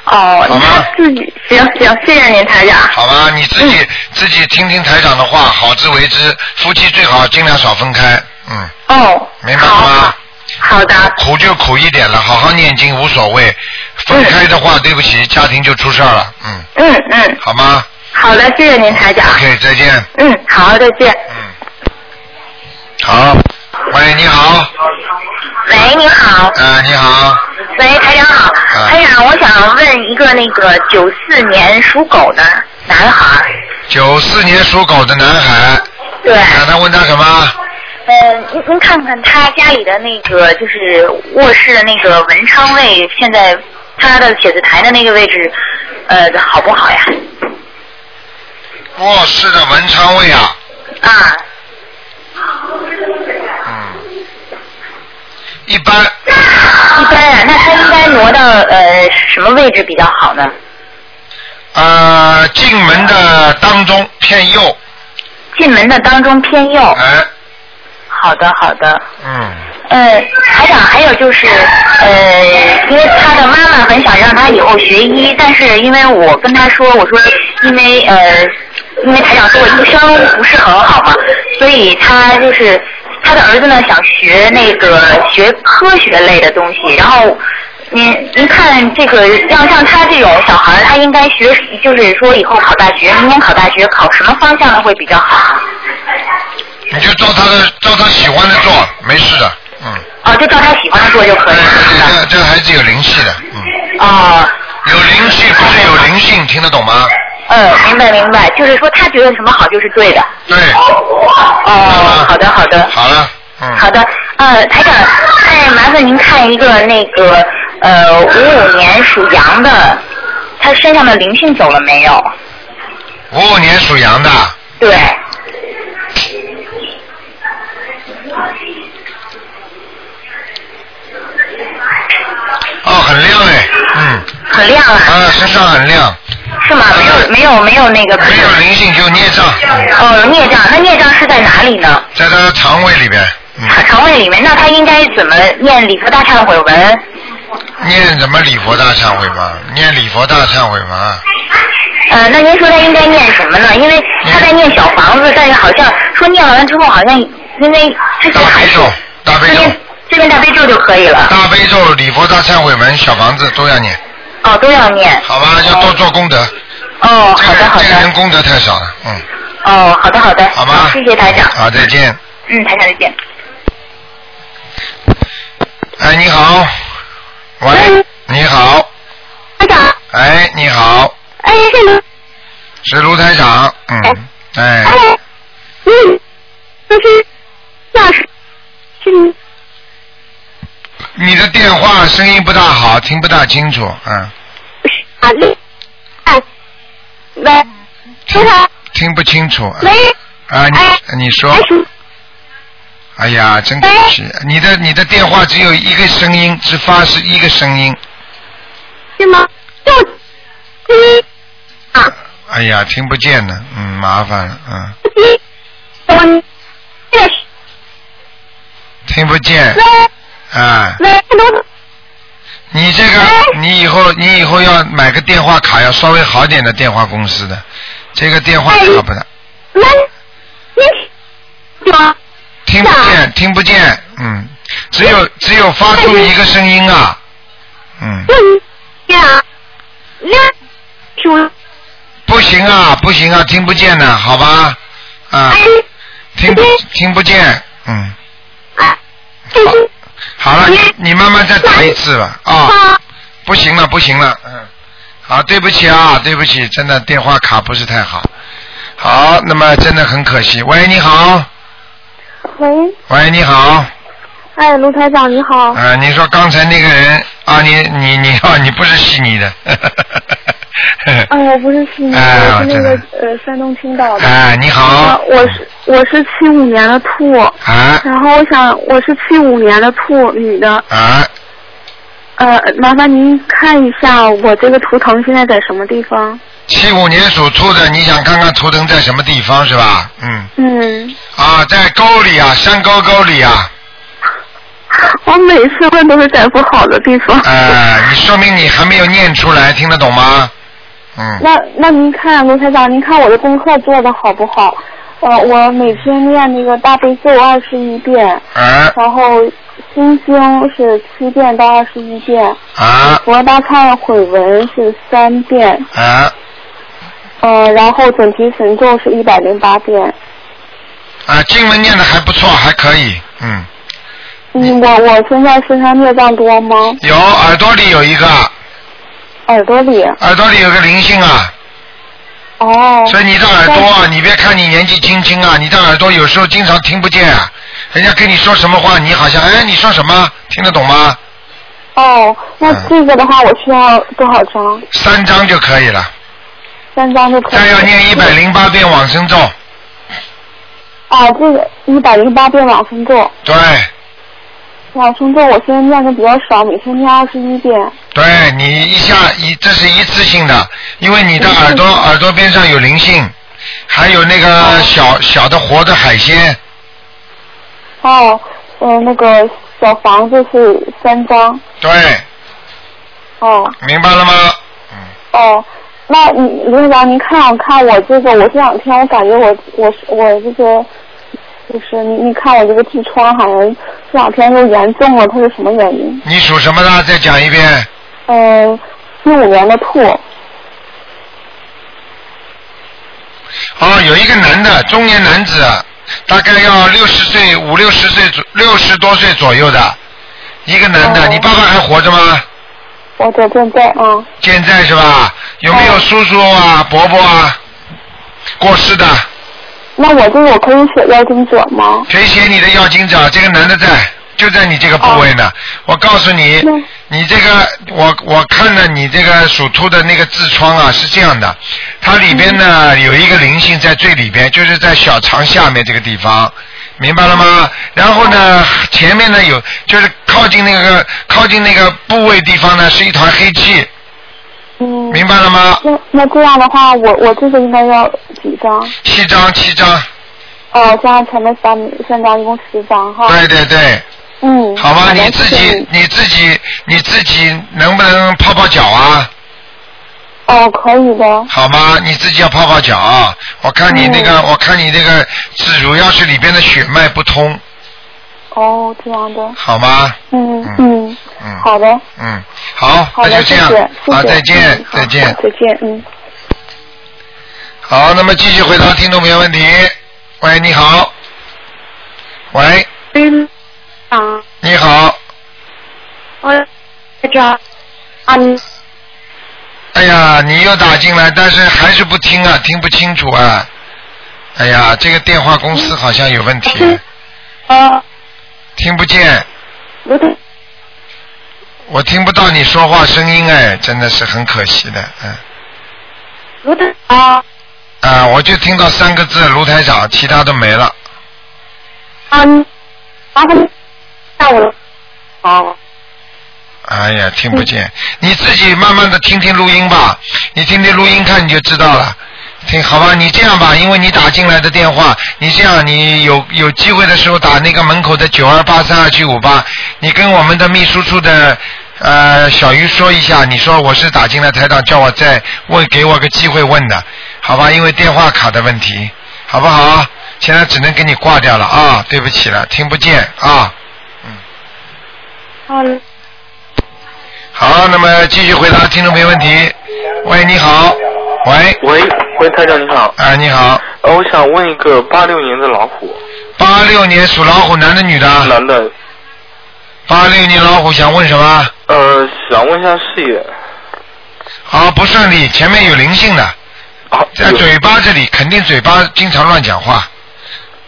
哦，他自己行行，谢谢您台长。好吧，你自己、自己听听台长的话，好自为之。夫妻最好尽量少分开，嗯，哦，明白了吗？好的。苦就苦一点了，好好念经无所谓。分开的话，对不起，家庭就出事儿了，嗯，嗯嗯，好吗好的，谢谢您台长。 ？OK，再见。嗯，好，再见。好，喂，你好，喂，你好，呃，你好，喂，台长好，哎台长，我想问一个那个九四年属狗的男孩儿，九四年属狗的男孩，对，让他问他什么？嗯、您您看看他家里的那个就是卧室的那个文昌位，现在他的写字台的那个位置，呃，好不好呀？卧室的文昌位啊，啊，嗯一般。一般啊，那他应该挪到呃什么位置比较好呢？呃，进门的当中偏右，进门的当中偏右。哎。好的，好的。嗯。呃，台长，还有就是，呃，因为他的妈妈很想让他以后学医，但是因为我跟他说，我说因为呃，因为台长说我医生不是很好嘛，所以他就是他的儿子呢想学那个学科学类的东西，然后您您看这个让像他这种小孩儿，他应该学啊就是说以后考大学，明年考大学考什么方向的会比较好？你就照他的照他喜欢的做，没事的。哦，就照他喜欢的做就可以了。这个这个孩子有灵气的，嗯，哦，有灵气不是有灵性，听得懂吗？嗯，啊明白明白，就是说他觉得什么好就是对的。对。哦，好的好的。啊好了。嗯好的，呃，台长，哎，麻烦您看一个那个呃五五年属羊的，他身上的灵性走了没有？五五年属羊的，对，哦，很亮哎，嗯，很亮啊。啊，身上很亮，啊是吗？没有没有没有那个。没有灵性就孽障。哦，孽障，那孽障是在哪里呢？在他的肠胃里边嗯肠肠胃里面，那他应该怎么念礼佛大忏悔文？念什么礼佛大忏悔吗？念礼佛大忏悔吗？呃，那您说他应该念什么呢？因为他在念小房子，但是好像说念完了之后，好像因为之前还是大悲咒，啊这边大悲咒就可以了。大悲咒、礼佛大忏悔文、小房子都要念，哦，都要念。好吧？要多做功德。哦，好的好的。这个人功德太少了，嗯，哦，好的好的。好吧。谢谢台长。好，再见。嗯，台长再见。哎，你好，喂，你好，台长，哎，你好，哎，是卢，是卢台长，嗯，哎，嗯，就是那是是你你的电话声音不大好，听不大清楚，嗯，啊，那哎，喂，听听不清楚，喂，哎啊，你你说，哎呀，真可惜，你的你的电话只有一个声音，只发是一个声音，是吗？就嗯哎呀，听不见了，嗯，麻烦了，嗯，我这是听不见，啊，喂，卢你这个，你以后你以后要买个电话卡，要稍微好点的电话公司的，这个电话卡不大，喂，你什么？听不见，听不见，嗯，只有只有发出一个声音啊，嗯，呀，那属不行啊，不行啊，听不见呢，好吧，啊，听不听不见，嗯，好，好了，你你慢慢再打一次吧，啊，不行了，不行了，嗯，好，对不起啊，对不起，真的电话卡不是太好，好，那么真的很可惜，喂，你好，喂，喂，你好，哎，卢台长你好，啊，你说刚才那个人啊，你你你啊，你不是悉尼的， 啊，我不是悉尼，哎我是那个我呃山东青岛的。哎你好嗯啊我是我是七五年的兔。啊。然后我想我是七五年的兔女的。啊。呃，麻烦您看一下我这个图腾现在在什么地方？七五年属兔的，你想看看图腾在什么地方是吧？嗯，嗯，啊，在沟里啊，山沟沟里啊，我每次问都是在不好的地方。呃，你说明你还没有念出来，听得懂吗？嗯，那那您看卢台长，您看我的功课做的好不好？呃，我每天念那个大悲咒二十一遍，啊然后心经是七遍到二十一遍，啊佛大忏悔文是三遍，啊呃，然后准提神咒是一百零八遍。啊，经文念的还不错，还可以，嗯，嗯，我我现在身上孽障多吗？有耳朵里有一个，耳朵里。耳朵里有个灵性啊，哦。所以你的耳朵啊，你别看你年纪轻轻啊，你的耳朵有时候经常听不见啊，人家跟你说什么话，你好像哎你说什么，听得懂吗？哦，那嗯这个的话，我需要多少张？三张就可以了，三张就可以。再要念一百零八遍往生咒，啊，这个一百零八遍往生咒，对往生咒我现在念的比较少，每天念二十一遍。对，你一下一这是一次性的，因为你的耳朵耳朵边上有灵性，还有那个小小的活的海鲜，哦，呃，那个小房子是三张。对，哦明白了吗？哦，那你刘院长，您看看我这个，我这两天我感觉我我是我这个。就是你，你看我这个痔疮好像这两天又严重了，它是什么原因？你属什么的？再讲一遍，呃，一五年的兔，哦，有一个男的中年男子，大概要六十岁、五六十岁左、六十多岁左右的一个男的。你爸爸还活着吗？我这正在啊，健在是吧？有没有叔叔啊、伯伯啊过世的？那我这我可以写邀请者吗？谁写你的要经者？这个男的在，就在你这个部位哦呢。我告诉你，你这个我我看了你这个属兔的那个痔疮啊，是这样的，它里边嗯呢有一个灵性在最里边，就是在小肠下面这个地方。明白了吗？然后呢，前面呢有就是靠近那个靠近那个部位地方呢是一团黑气，嗯，明白了吗？那那这样的话，我我这个应该要几张？七张七张，哦，加上前面三三张，一共十张哈。对对对，嗯。好吗？哦的你自谢谢己你自己你自己能不能泡泡脚啊？哦，可以的。好吗？你自己要泡泡脚啊！我看你那个，嗯我看你这个是主要是里边的血脉不通，哦，这样的。好吗？嗯嗯嗯好的，嗯，好，好的，那就谢这样谢，谢好，谢，再见嗯，好再见好。再见，嗯。好，那么继续回答听众朋友问题。喂，你好。喂，嗯，啊，你好。我在这儿啊，你哎呀，你又打进来，但是还是不听啊，听不清楚啊。哎呀，这个电话公司好像有问题，啊，听不见，我的我听不到你说话声音，哎，真的是很可惜的，嗯。我的 ah, 啊啊，我就听到三个字卢台长，其他都没了。ah, 啊，麻烦下午了，哦好，哎呀，听不见，你自己慢慢的听听录音吧，你听听录音看你就知道了。听好吧，你这样吧，因为你打进来的电话，你这样，你有有机会的时候打那个门口的九二八三二七五八，你跟我们的秘书处的呃小鱼说一下，你说我是打进来台长，叫我再问给我个机会问的，好吧？因为电话卡的问题，好不好？现在只能给你挂掉了啊，对不起了，听不见啊。好了，好，那么继续回答听众朋友问题。喂，你好。喂。喂，喂，台长你好。啊，你好。呃，我想问一个八六年的老虎。八六年属老虎，男的女的？男的。八六年老虎想问什么？呃，想问一下事业。啊，不顺利，前面有灵性的，啊在嘴巴这里，肯定嘴巴经常乱讲话。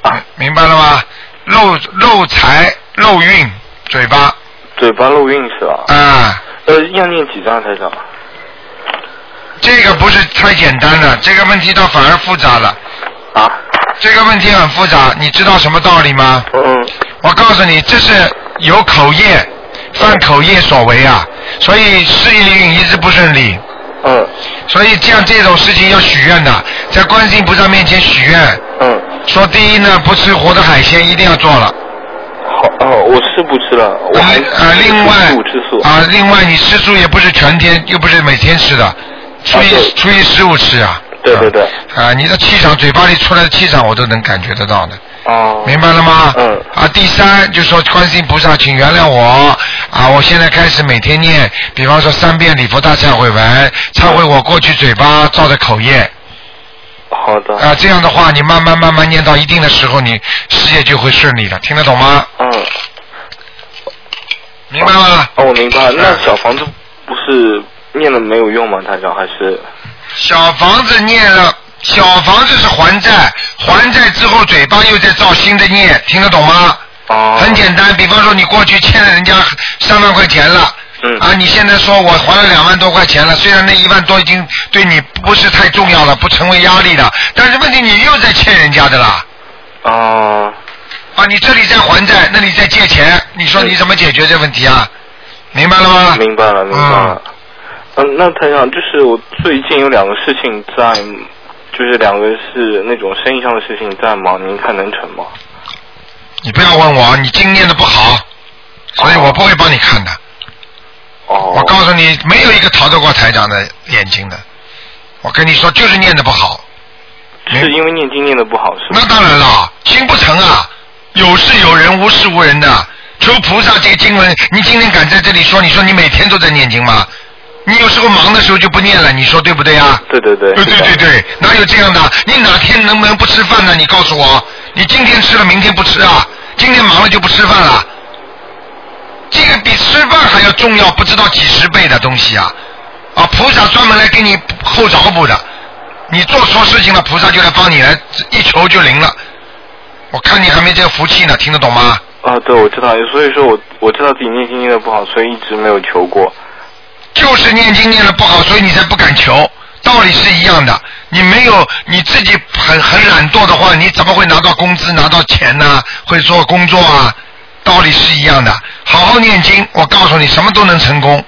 啊，明白了吗？漏漏财漏运，嘴巴嘴巴漏运是吧？啊。呃，要念几张台长？这个不是太简单了，这个问题倒反而复杂了。啊。这个问题很复杂，你知道什么道理吗？嗯。我告诉你，这是有口业，犯口业所为啊，所以事业运一直不顺利。嗯。所以像这种事情要许愿的，在观世音菩萨面前许愿。嗯。说第一呢，不吃活的海鲜一定要做了。好，哦，我是不吃了，我还啊，另外吃素吃素。啊，另外你吃素也不是全天，又不是每天吃的，初啊一、初一十五吃啊。对对对。啊，你的气场，嘴巴里出来的气场，我都能感觉得到的。哦。明白了吗？嗯。啊，第三就说观世音菩萨，请原谅我啊！我现在开始每天念，比方说三遍礼佛大忏悔文，忏悔我过去嘴巴造的口业好的。啊。这样的话，你慢慢慢慢念到一定的时候，你事业就会顺利了，听得懂吗？嗯。明白吗？嗯哦，我明白。那小房子不是念了没有用吗？台长还是？小房子念了，小房子是还债，还债之后嘴巴又在造新的孽，听得懂吗？哦。很简单，比方说你过去欠了人家三万块钱了。嗯啊，你现在说我还了两万多块钱了，虽然那一万多已经对你不是太重要了，不成为压力了，但是问题你又在欠人家的啦。嗯哦。啊，你这里在还债，那里在借钱，你说嗯你怎么解决这问题啊？明白了吗？啊明白了，明白了。嗯，那台长，就是我最近有两个事情在，就是两个是那种生意上的事情在忙，您看能成吗？你不要问我，你经念的不好，所以我不会帮你看的。哦。我告诉你，没有一个逃得过台长的眼睛的。我跟你说，就是念的不好。哎是因为念经念的不好是吗？那当然了，心不诚啊，有事有人，无事无人的。求菩萨这个经文，你今天敢在这里说，你说你每天都在念经吗？你有时候忙的时候就不念了，你说对不对啊？对对对。啊对对对对，哪有这样的？你哪天能不能不吃饭呢？你告诉我，你今天吃了，明天不吃啊？今天忙了就不吃饭了？这个比吃饭还要重要，不知道几十倍的东西啊！啊，菩萨专门来给你后找补的。你做错事情了，菩萨就来帮你来一求就灵了。我看你还没这个福气呢，听得懂吗？啊，对，我知道，所以说我我知道自己念经念的不好，所以一直没有求过。就是念经念的不好，所以你才不敢求，道理是一样的。你没有你自己很很懒惰的话，你怎么会拿到工资、拿到钱呢、会做工作啊？道理是一样的。好好念经，我告诉你，什么都能成功。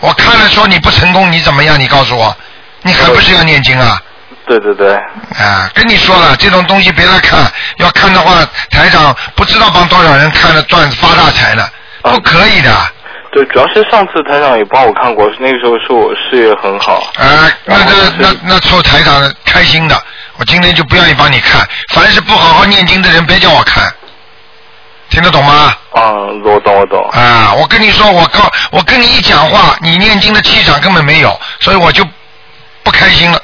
我看了说你不成功，你怎么样？你告诉我，你还不是要念经啊？对对对，啊，跟你说了，这种东西别来看，要看的话，台长不知道帮多少人看了赚发大财呢，不可以的。对，主要是上次台长也帮我看过，那个时候是我事业很好。啊，那那那那臭台长开心的，我今天就不愿意帮你看。凡是不好好念经的人，别叫我看，听得懂吗？嗯，我懂我懂。啊，我跟你说，我告我跟你一讲话，你念经的气场根本没有，所以我就不开心了。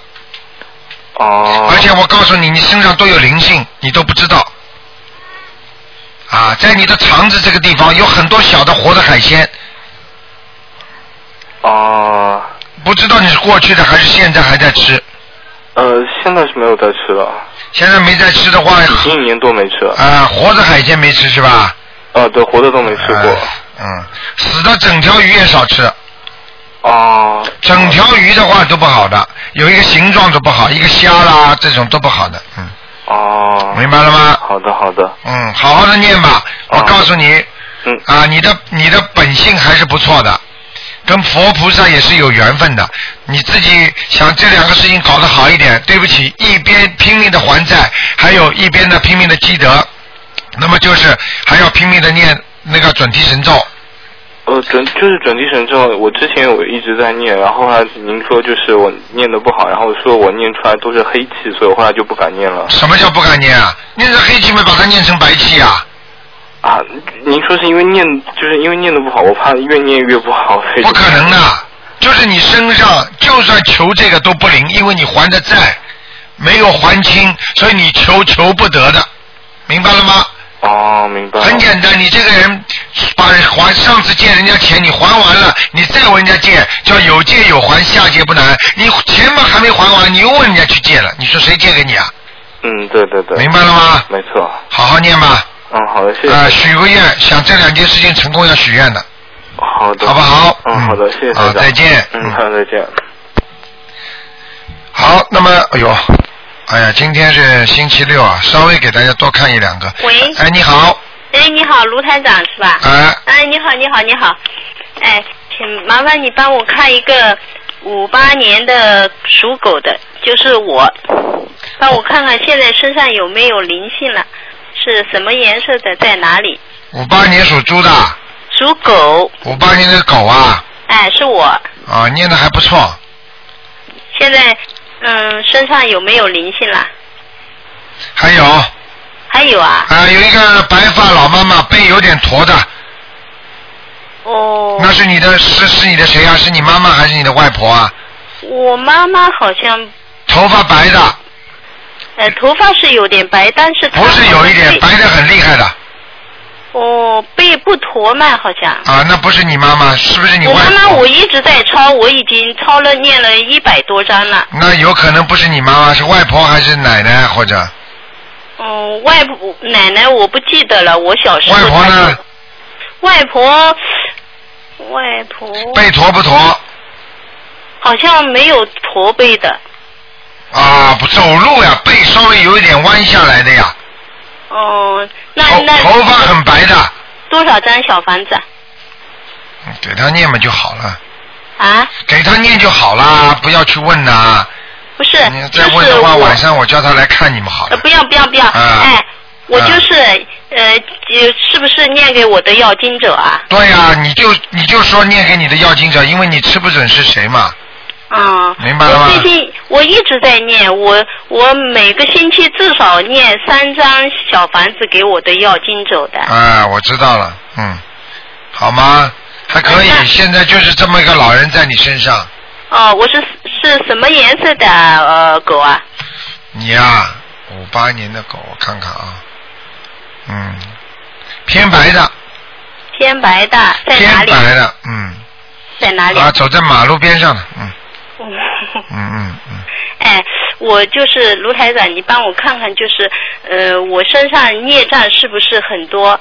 哦。而且我告诉你，你身上都有灵性，你都不知道。啊，在你的肠子这个地方有很多小的活的海鲜，哦、不知道你是过去的还是现在还在吃。呃，现在是没有在吃了。现在没在吃的话，已经一年多没吃了。啊，活的海鲜没吃是吧？啊，对，活的都没吃过。嗯，死的整条鱼也少吃。哦、整条鱼的话都不好的，有一个形状都不好，一个虾啦这种都不好的。嗯，哦，明白了吗？好的，好的。嗯，好好的念吧，我告诉你，嗯啊，你的你的本性还是不错的，跟佛菩萨也是有缘分的。你自己想这两个事情搞得好一点，对不起，一边拼命的还债，还有一边呢拼命的积德，那么就是还要拼命的念那个准提神咒。呃，准就是准提神咒，我之前我一直在念，然后后来您说就是我念的不好，然后说我念出来都是黑气，所以我后来就不敢念了。什么叫不敢念啊？念成黑气没把它念成白气啊？啊，您说是因为念，就是因为念的不好，我怕越念越不好，所以 不可能的，就是你身上就算求这个都不灵，因为你还的债没有还清，所以你求求不得的，明白了吗？哦，明白。很简单，你这个人把还上次借人家钱，你还完了，你再问人家借，叫有借有还，下借不难。你钱嘛还没还完，你又问人家去借了，你说谁借给你啊？嗯，对对对。明白了吗？没错。好好念吧。嗯，好的，谢谢。啊、许个愿，想这两件事情成功要许愿的。好的，好不好？嗯，好的，谢谢台好长。再见嗯，好，再见。好，那么，哎呦，哎呀，今天是星期六啊，稍微给大家多看一两个。喂。哎，你好。哎，你好，卢台长是吧？哎。哎，你好，你好，你好。哎，请麻烦你帮我看一个五八年的属狗的，就是我，帮我看看现在身上有没有灵性了，是什么颜色的，在哪里？五八年属猪的，属狗，五八年的狗啊，哎，是我。啊，念的还不错，现在嗯，身上有没有灵性了？还有啊，还有啊？有一个白发老妈妈，背有点驼的。哦。那是你的，是是你的谁啊？是你妈妈还是你的外婆啊？我妈妈好像头发白的，呃头发是有点白，但是她不是有一点白的很厉害的哦，背不驼嘛，好像。啊，那不是你妈妈，是不是你我外妈妈婆？我一直在抄，我已经抄了念了一百多章了。那有可能不是你妈妈，是外婆还是奶奶或者嗯，外婆奶奶我不记得了，我小时候。外婆呢？外婆，外婆背驼不驼好像没有驼背的。啊？不走路呀，背稍微有一点弯下来的呀，哦，那头那头发很白的，多少张小房子给她念嘛就好了。啊？给他念就好啦，不要去问呐。不是，你就再是问的话，我晚上我叫他来看你们好了。呃不要不要不要，啊哎，我就是呃，就是不是念给我的要经者啊？对呀、你就你就说念给你的要经者，因为你吃不准是谁嘛，嗯，明白了吗我最近我一直在念，我我每个星期至少念三张小房子给我的要经走的。啊，我知道了，嗯，好吗？还可哎以，现在就是这么一个老人在你身上，哦，我是是什么颜色的呃狗啊？你呀、5五八年的狗，我看看啊，嗯，偏白的，偏白的在哪偏里？白的，嗯，在哪里？啊，走在马路边上的，嗯嗯嗯嗯嗯，哎，我就是卢台长，你帮我看看，就是呃，我身上孽障是不是很多？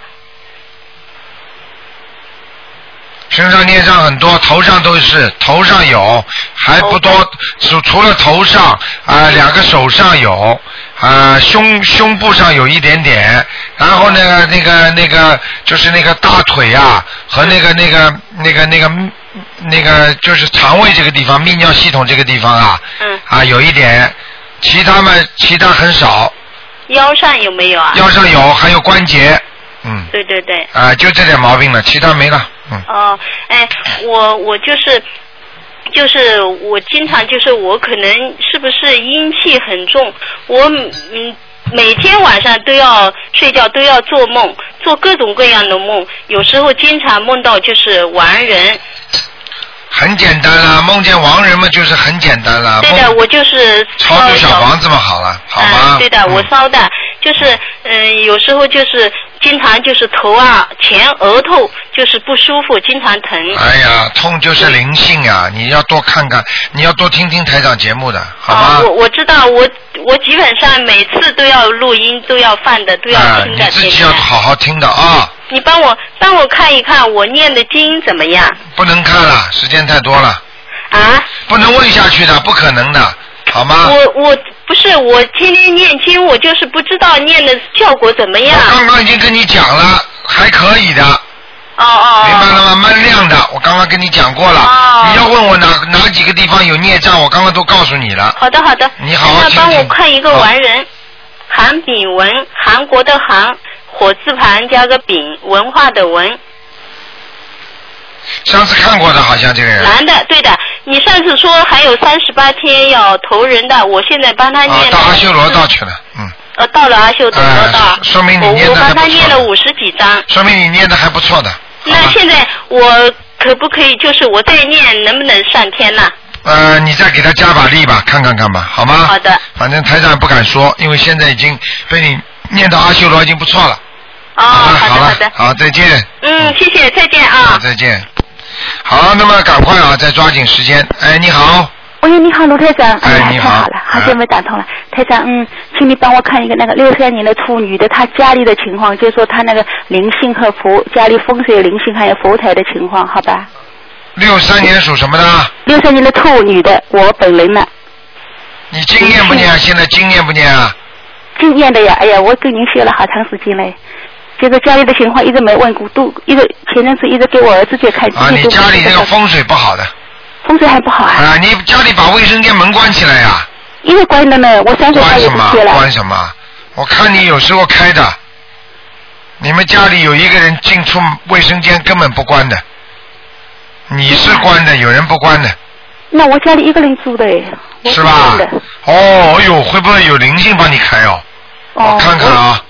身上孽障很多，头上都是，头上有，还不多，除除了头上啊、两个手上有，啊、胸胸部上有一点点，然后呢，那个那个就是那个大腿啊和那个那个那个那个那个就是肠胃这个地方，泌尿系统这个地方啊，嗯，啊有一点，其他嘛其他很少，腰上有没有啊？腰上有，还有关节，嗯，对对对。啊、就这点毛病了，其他没了，嗯。哦，哎，我我就是就是我经常就是我可能是不是阴气很重，我嗯每天晚上都要睡觉都要做梦，做各种各样的梦，有时候经常梦到就是亡人。啊很简单啦，梦见亡人嘛，就是很简单嗯啦。对的，梦我就是超烧度小小房子嘛，好了，好吗？嗯，对的，我烧的，就是嗯、有时候就是经常就是头啊、前额头就是不舒服，经常疼。哎呀，痛就是灵性嗯呀、你要多看看，你要多听听台长节目的，好吗？啊，我我知道，我我基本上每次都要录音，都要放的，都要啊，听你的。自天己天要好好听的啊，你帮我帮我看一看我念的经怎么样不能看了，时间太多了，啊？不能问下去的，不可能的，好吗？我我不是我天天念经，我就是不知道念的效果怎么样。刚刚已经跟你讲了，还可以的。哦明白了吗？蛮亮的，我刚刚跟你讲过了。你要问我哪哪几个地方有孽障，我刚刚都告诉你了。好的好的，你好好那听帮我听看一个完人，韩炳文，韩国的韩，火字旁加个炳，文化的文，上次看过的，好像这个人。男的，对的。你上次说还有三十八天要投人的，我现在帮他念了，到阿修罗道去了，嗯呃，到了阿修罗道，啊哎说明你我念我的还帮他不念错了的，五十几章。说明你念的还不错的。那现在我可不可以就是我再念，能不能上天呢？呃，你再给他加把力吧，看看看吧，好吗？好的。反正台长不敢说，因为现在已经被你念到阿修罗已经不错了。哦，好好的了好的，，好，再见。嗯，谢谢，再见好，啊。再见。好，那么赶快啊，再抓紧时间。哎，你好，喂，你好，卢台长。哎呀，你太好好了，好久没打通了。台长，嗯，请你帮我看一个那个六三年的处女的，她家里的情况，就是说她那个灵性和佛家里风水灵性还有佛台的情况，好吧？六三年属什么的？六三年的处女的，我本人呢，你经念不念嗯啊？现在经念不念啊？经验的呀，哎呀，我跟您学了好长时间嘞。这个家里的情况一直没问过，都一个前阵子一直给我儿子去看，啊，一你直都家没里看这个到风水不好的风水还不好啊，啊，你家里把卫生间门关起来呀、因为关了呢，我三岁半关也什不么学了。关什么？我看你有时候开的，你们家里有一个人进出卫生间根本不关的，你是关的，有人不关的，那我家里一个人住的哎，我是吧不关的？哦，哎呦，会不会有灵性帮你开哦？哦，我看看啊，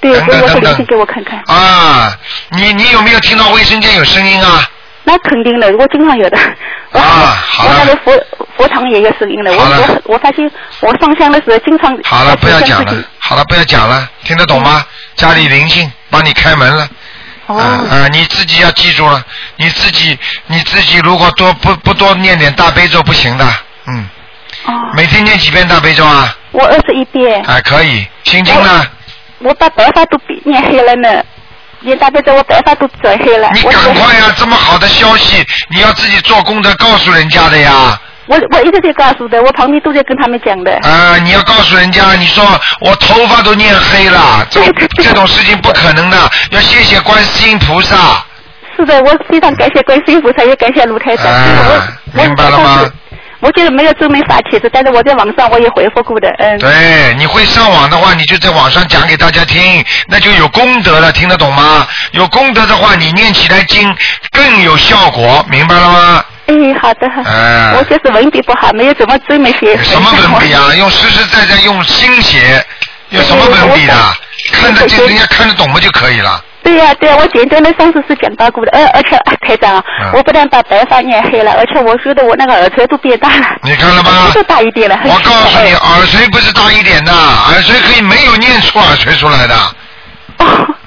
对，等给等我等个灵性等给我看看。啊，你你有没有听到卫生间有声音啊？那肯定的，我经常有的。 我我那个佛佛堂也有声音的，我我我发现我上香的时候经常好了，不要讲自了己，好了，不要讲了，听得懂吗？家里灵性帮你开门了。嗯哦啊、啊你自己要记住了，你自己你自己如果多不不多念点大悲咒不行的，嗯。哦。每天念几遍大悲咒啊？我二十一遍，啊，可以。心经哦呢？我把白发都变念黑了呢，念大悲咒我白发都转黑了。你我赶快啊呀、这么好的消息，你要自己做功德告诉人家的呀。我我一直在告诉的，我旁边都在跟他们讲的。啊、你要告诉人家，你说我头发都念黑了，这种 这种事情不可能的，要谢谢观世音菩萨。是的，我非常感谢观世音菩萨，也感谢卢台长。啊，明白了吗？我觉得没有证明法帖子，但是我在网上我也回复过的，嗯。对，你会上网的话，你就在网上讲给大家听，那就有功德了，听得懂吗？有功德的话，你念起来经更有效果，明白了吗？哎，好的。哎我就是文笔不好，没有怎么专门写。什么文笔啊？用实实在在用心写，有什么文嗯笔的？看得见，人家看得懂不就可以了？对呀、对呀、我简单的上次是讲到过的，而而且、啊、台长啊、嗯我不但把白发染黑了，而且我觉得我那个耳垂都变大了，你看了吗？都大一点了。我告诉你，耳垂不是大一点的，耳垂可以没有念出耳垂出来的。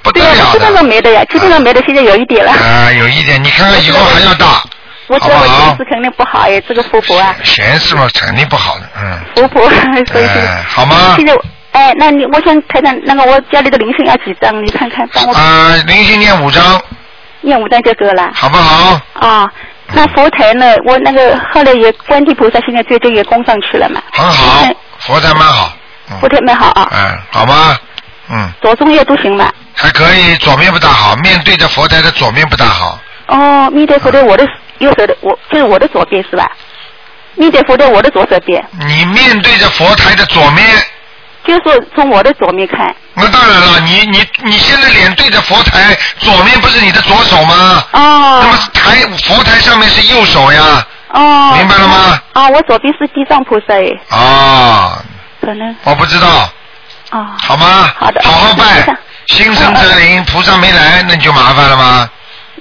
不对呀，基本上没的呀，基本上没的，现在有一点了。啊，有一点，你看看以嗯后还要大，我知道我前世肯定不好呀，这个富婆啊，前世嘛肯定不好的，嗯，富婆， 所以就哎，好吗？现在我哎，那你我想台长，那个我家里的灵性要几张？你看看，帮我啊，灵性念五张，念五张就够了。好不好？啊、那佛台呢？我那个后来也观地菩萨，现在最近也供上去了嘛，很好，佛台蛮好，佛台蛮好啊，嗯，好吗？嗯，左中右都行吧。还可以，左面不大好，面对着佛台的左面不大好，哦，弥陀佛在我的右手的，我就是我的左边是吧？弥陀佛在我的左手边，你面对着佛台的左面。就是从我的左面看。那当然了，你你你现在脸对着佛台，左面不是你的左手吗？哦。那么台佛台上面是右手呀。哦。明白了吗？啊，我左边是地藏菩萨哎，啊，可能我不知道，啊。好吗？好的。好好拜，心诚则灵，菩萨没来，那你就麻烦了吗？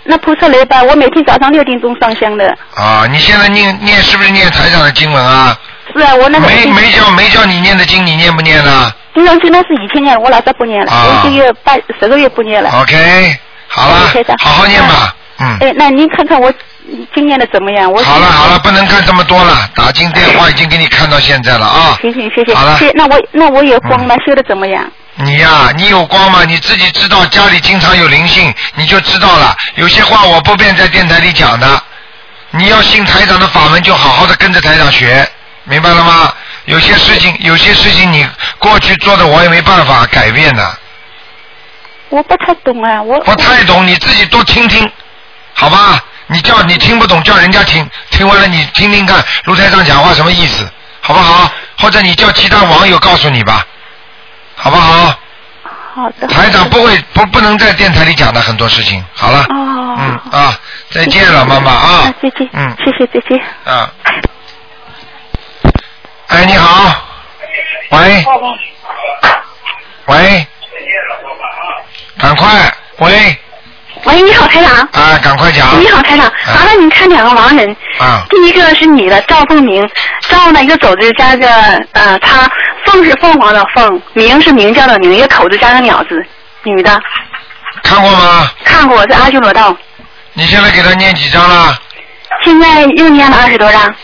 那菩萨来吧，我每天早上六点钟上香的。啊，你现在念念是不是念台上的经文啊？是啊，我那个没没叫没叫你念的经，你念不念啊呢经常经常是以前念，我老早不念了，啊我一个月半十个月不念了。 ？OK，好了，好好念吧。嗯。哎，那您看看我今年的怎么样？我好了好了，不能看这么多了，打进电话已经给你看到现在了啊。行行，谢谢。好了嗯谢谢那我那我有光吗？修的怎么样？你呀、你有光吗？你自己知道家里经常有灵性，你就知道了。有些话我不便在电台里讲的。你要信台长的法门，就好好的跟着台长学，明白了吗？有些事情，有些事情你过去做的，我也没办法改变的。我不太懂啊，我不太懂，你自己多听听，好吧？你叫你听不懂，叫人家听，听完了你听听看卢台长讲话什么意思，好不好？或者你叫其他网友告诉你吧，好不好？好的。台长不会不不能在电台里讲的很多事情，好了，哦，嗯啊，再见了，妈妈啊，再见，嗯谢谢，再见。啊。哎，你好，喂喂，赶快喂喂，你好，台长。啊，赶快讲你好，嗯台长，麻烦您看两个盲人。啊。第一个是女的赵凤鸣，赵呢一个走字加个呃，她凤是凤凰的凤，鸣是鸣叫的鸣，一个口字加个鸟字，女的。看过吗？看过，在阿修罗道。你现在给他念几张了？现在又念了二十多张。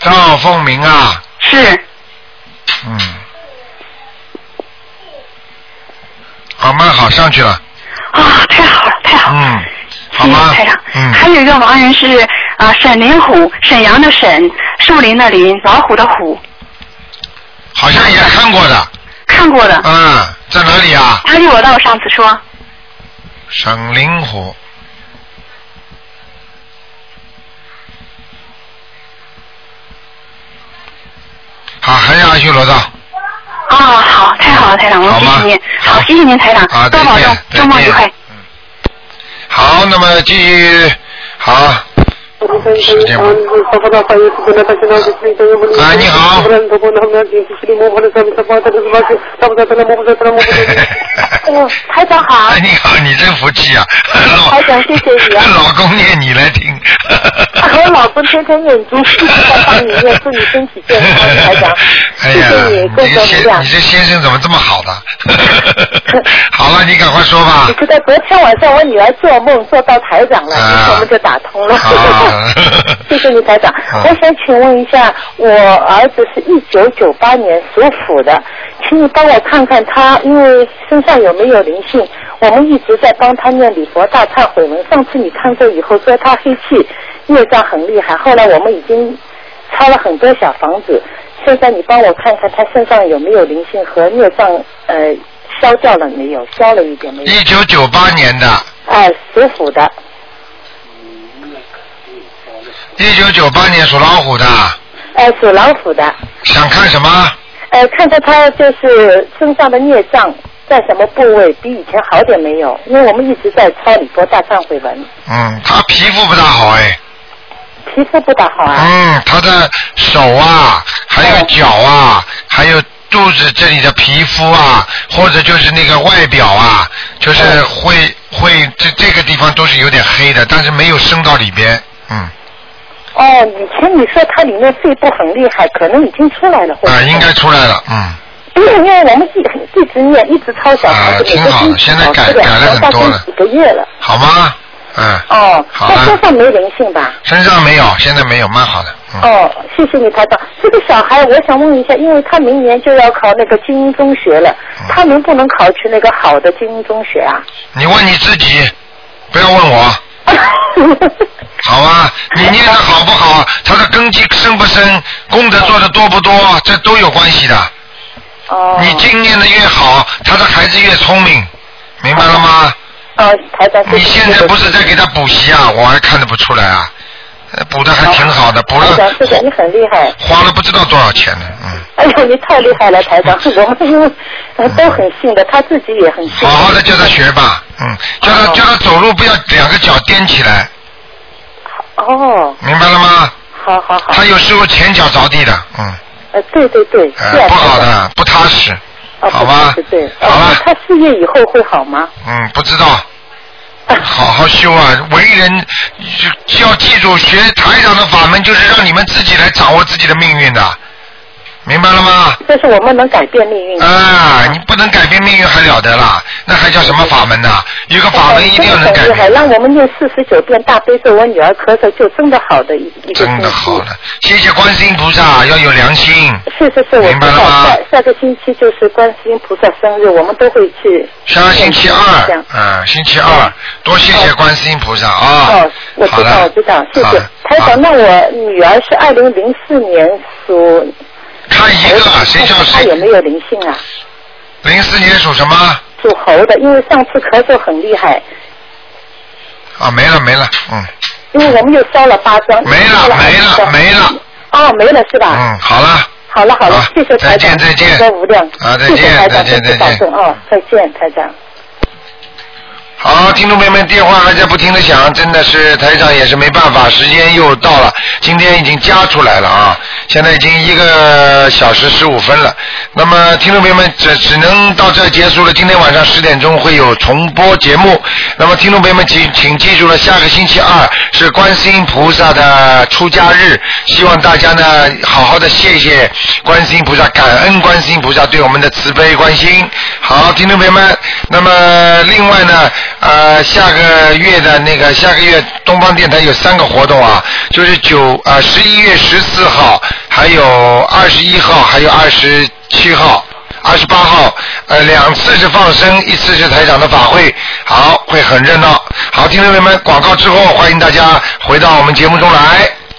赵凤鸣啊，是，嗯，好，蛮好，上去了，啊，太好了，太好了。嗯，好吗？台长。嗯。还有一个盲人是啊、沈林虎，沈阳的沈，树林的林，老虎的虎，好像也看过的，看过的。嗯，在哪里啊？阿修罗道上次说。沈灵虎。好，还是阿修罗道。啊，好，太好了，台长，我们谢谢您，好，谢谢您，台长，啊，多再保重见，，周末愉快。好，那么继续，好，时间不啊，你好。嗯，台长好。哎，你好，你真福气啊！台长，谢谢你啊。 老公念你来听，我 老公天天念经，一直在帮你念，祝你身体健康，台长。 哎呀，谢谢你你这够正能先量你这先生怎么这么好的？好了，你赶快说吧你。知道昨天晚上我女儿做梦做到台长了，啊于是我们就打通了。 谢谢你，台长。啊我想请问一下，我儿子是一九九八年属虎的，请你帮我看看他，因为身上有没有灵性？我们一直在帮他念礼佛大忏悔文。上次你看过以后说他黑气孽障很厉害，后来我们已经抄了很多小房子。现在你帮我看看他身上有没有灵性和孽障，呃，消掉了没有？消了一点没有？一九九八年的，哎，属虎的，一九九八年属老虎的，哎，属老虎的，想看什么？呃，看看他就是身上的孽障在什么部位，比以前好点没有？因为我们一直在抄李佛大忏悔文，嗯，他皮肤不大好哎，皮肤不大好啊。嗯，他的手啊，还有脚啊，还有肚子这里的皮肤啊，或者就是那个外表啊，就是会会这这个地方都是有点黑的，但是没有升到里边，嗯，哦，以前你说他里面肺部很厉害，可能已经出来了，会啊、应该出来了，嗯，因为因为我们一一直念，一直抄小房啊子，挺好的现在改改了很多了几个月了。好吗？嗯，哦，好那了身，上没灵性吧？身上没有，现在没有，蛮好的。嗯，哦，谢谢你台长。这个小孩，我想问一下，因为他明年就要考那个精英中学了，嗯他能不能考去那个好的精英中学啊？你问你自己，不要问 我。好啊，你念的好不好，他的根基深不深，功德做的多不多，这都有关系的。哦。你经念的越好，他的孩子越聪明，明白了吗？哦，台长，你现在不是在给他补习啊？我还看得不出来啊，呃补的还挺好的，补台了长，这个你很厉害。花了不知道多少钱呢。嗯，哎呦，你太厉害了，台长，我们因为呃都很信的，他自己也很好信。好的教他学吧，嗯，教他教他走路不要两个脚踮起来，哦，明白了吗？好好好。他有时候前脚着地的，嗯，呃，对对对，是呃啊，哦不好的，不踏实，好吧？对对。好吧。他事业以后会好吗？嗯，不 知道。好好修啊！为人就要记住，学台长的法门就是让你们自己来掌握自己的命运的，明白了吗？这是我们能改变命运。啊，你不能改变命运还了得啦？那还叫什么法门呢、有个法门一定要能哎真的改很厉害，变，让我们念四十九遍大悲咒，我女儿咳嗽就真的好的一一个真的好了。谢谢观世音菩萨，要有良心。是是是，我知道下下个星期就是观世音菩萨生日，我们都会去。下个星期这二样，嗯，星期二多谢谢观世音菩萨啊哦，！我好知道，我了，知道，谢好谢了台长。那我女儿是二零零四年属，看一个，谁叫她有没有灵性啊？零四年属什么？属猴的，因为上次咳嗽很厉害，啊，没了没了，嗯，因为我们又烧了八张，没了没了没了，哦，没了是吧？嗯，好了，好了好了，谢谢再台长，见再见功德无量，啊再见谢谢台再长，见多多再保见重啊，再见台长。好，听众朋友们，电话还在不停的响，真的是台长也是没办法，时间又到了，今天已经加出来了啊，现在已经一个小时十五分了。那么，听众朋友们，只只能到这儿结束了。今天晚上十点钟会有重播节目。那么，听众朋友们，请请记住了，下个星期二是观世音菩萨的出家日，希望大家呢好好的谢谢观世音菩萨，感恩观世音菩萨对我们的慈悲关心。好，听众朋友们，那么另外呢，呃，下个月的那个下个月东方电台有三个活动啊，就是九呃十一月十四号，还有二十一号，还有二十七号。二十八号，呃，两次是放生，一次是台长的法会，好，会很热闹。好，听众朋友们，广告之后，欢迎大家回到我们节目中来。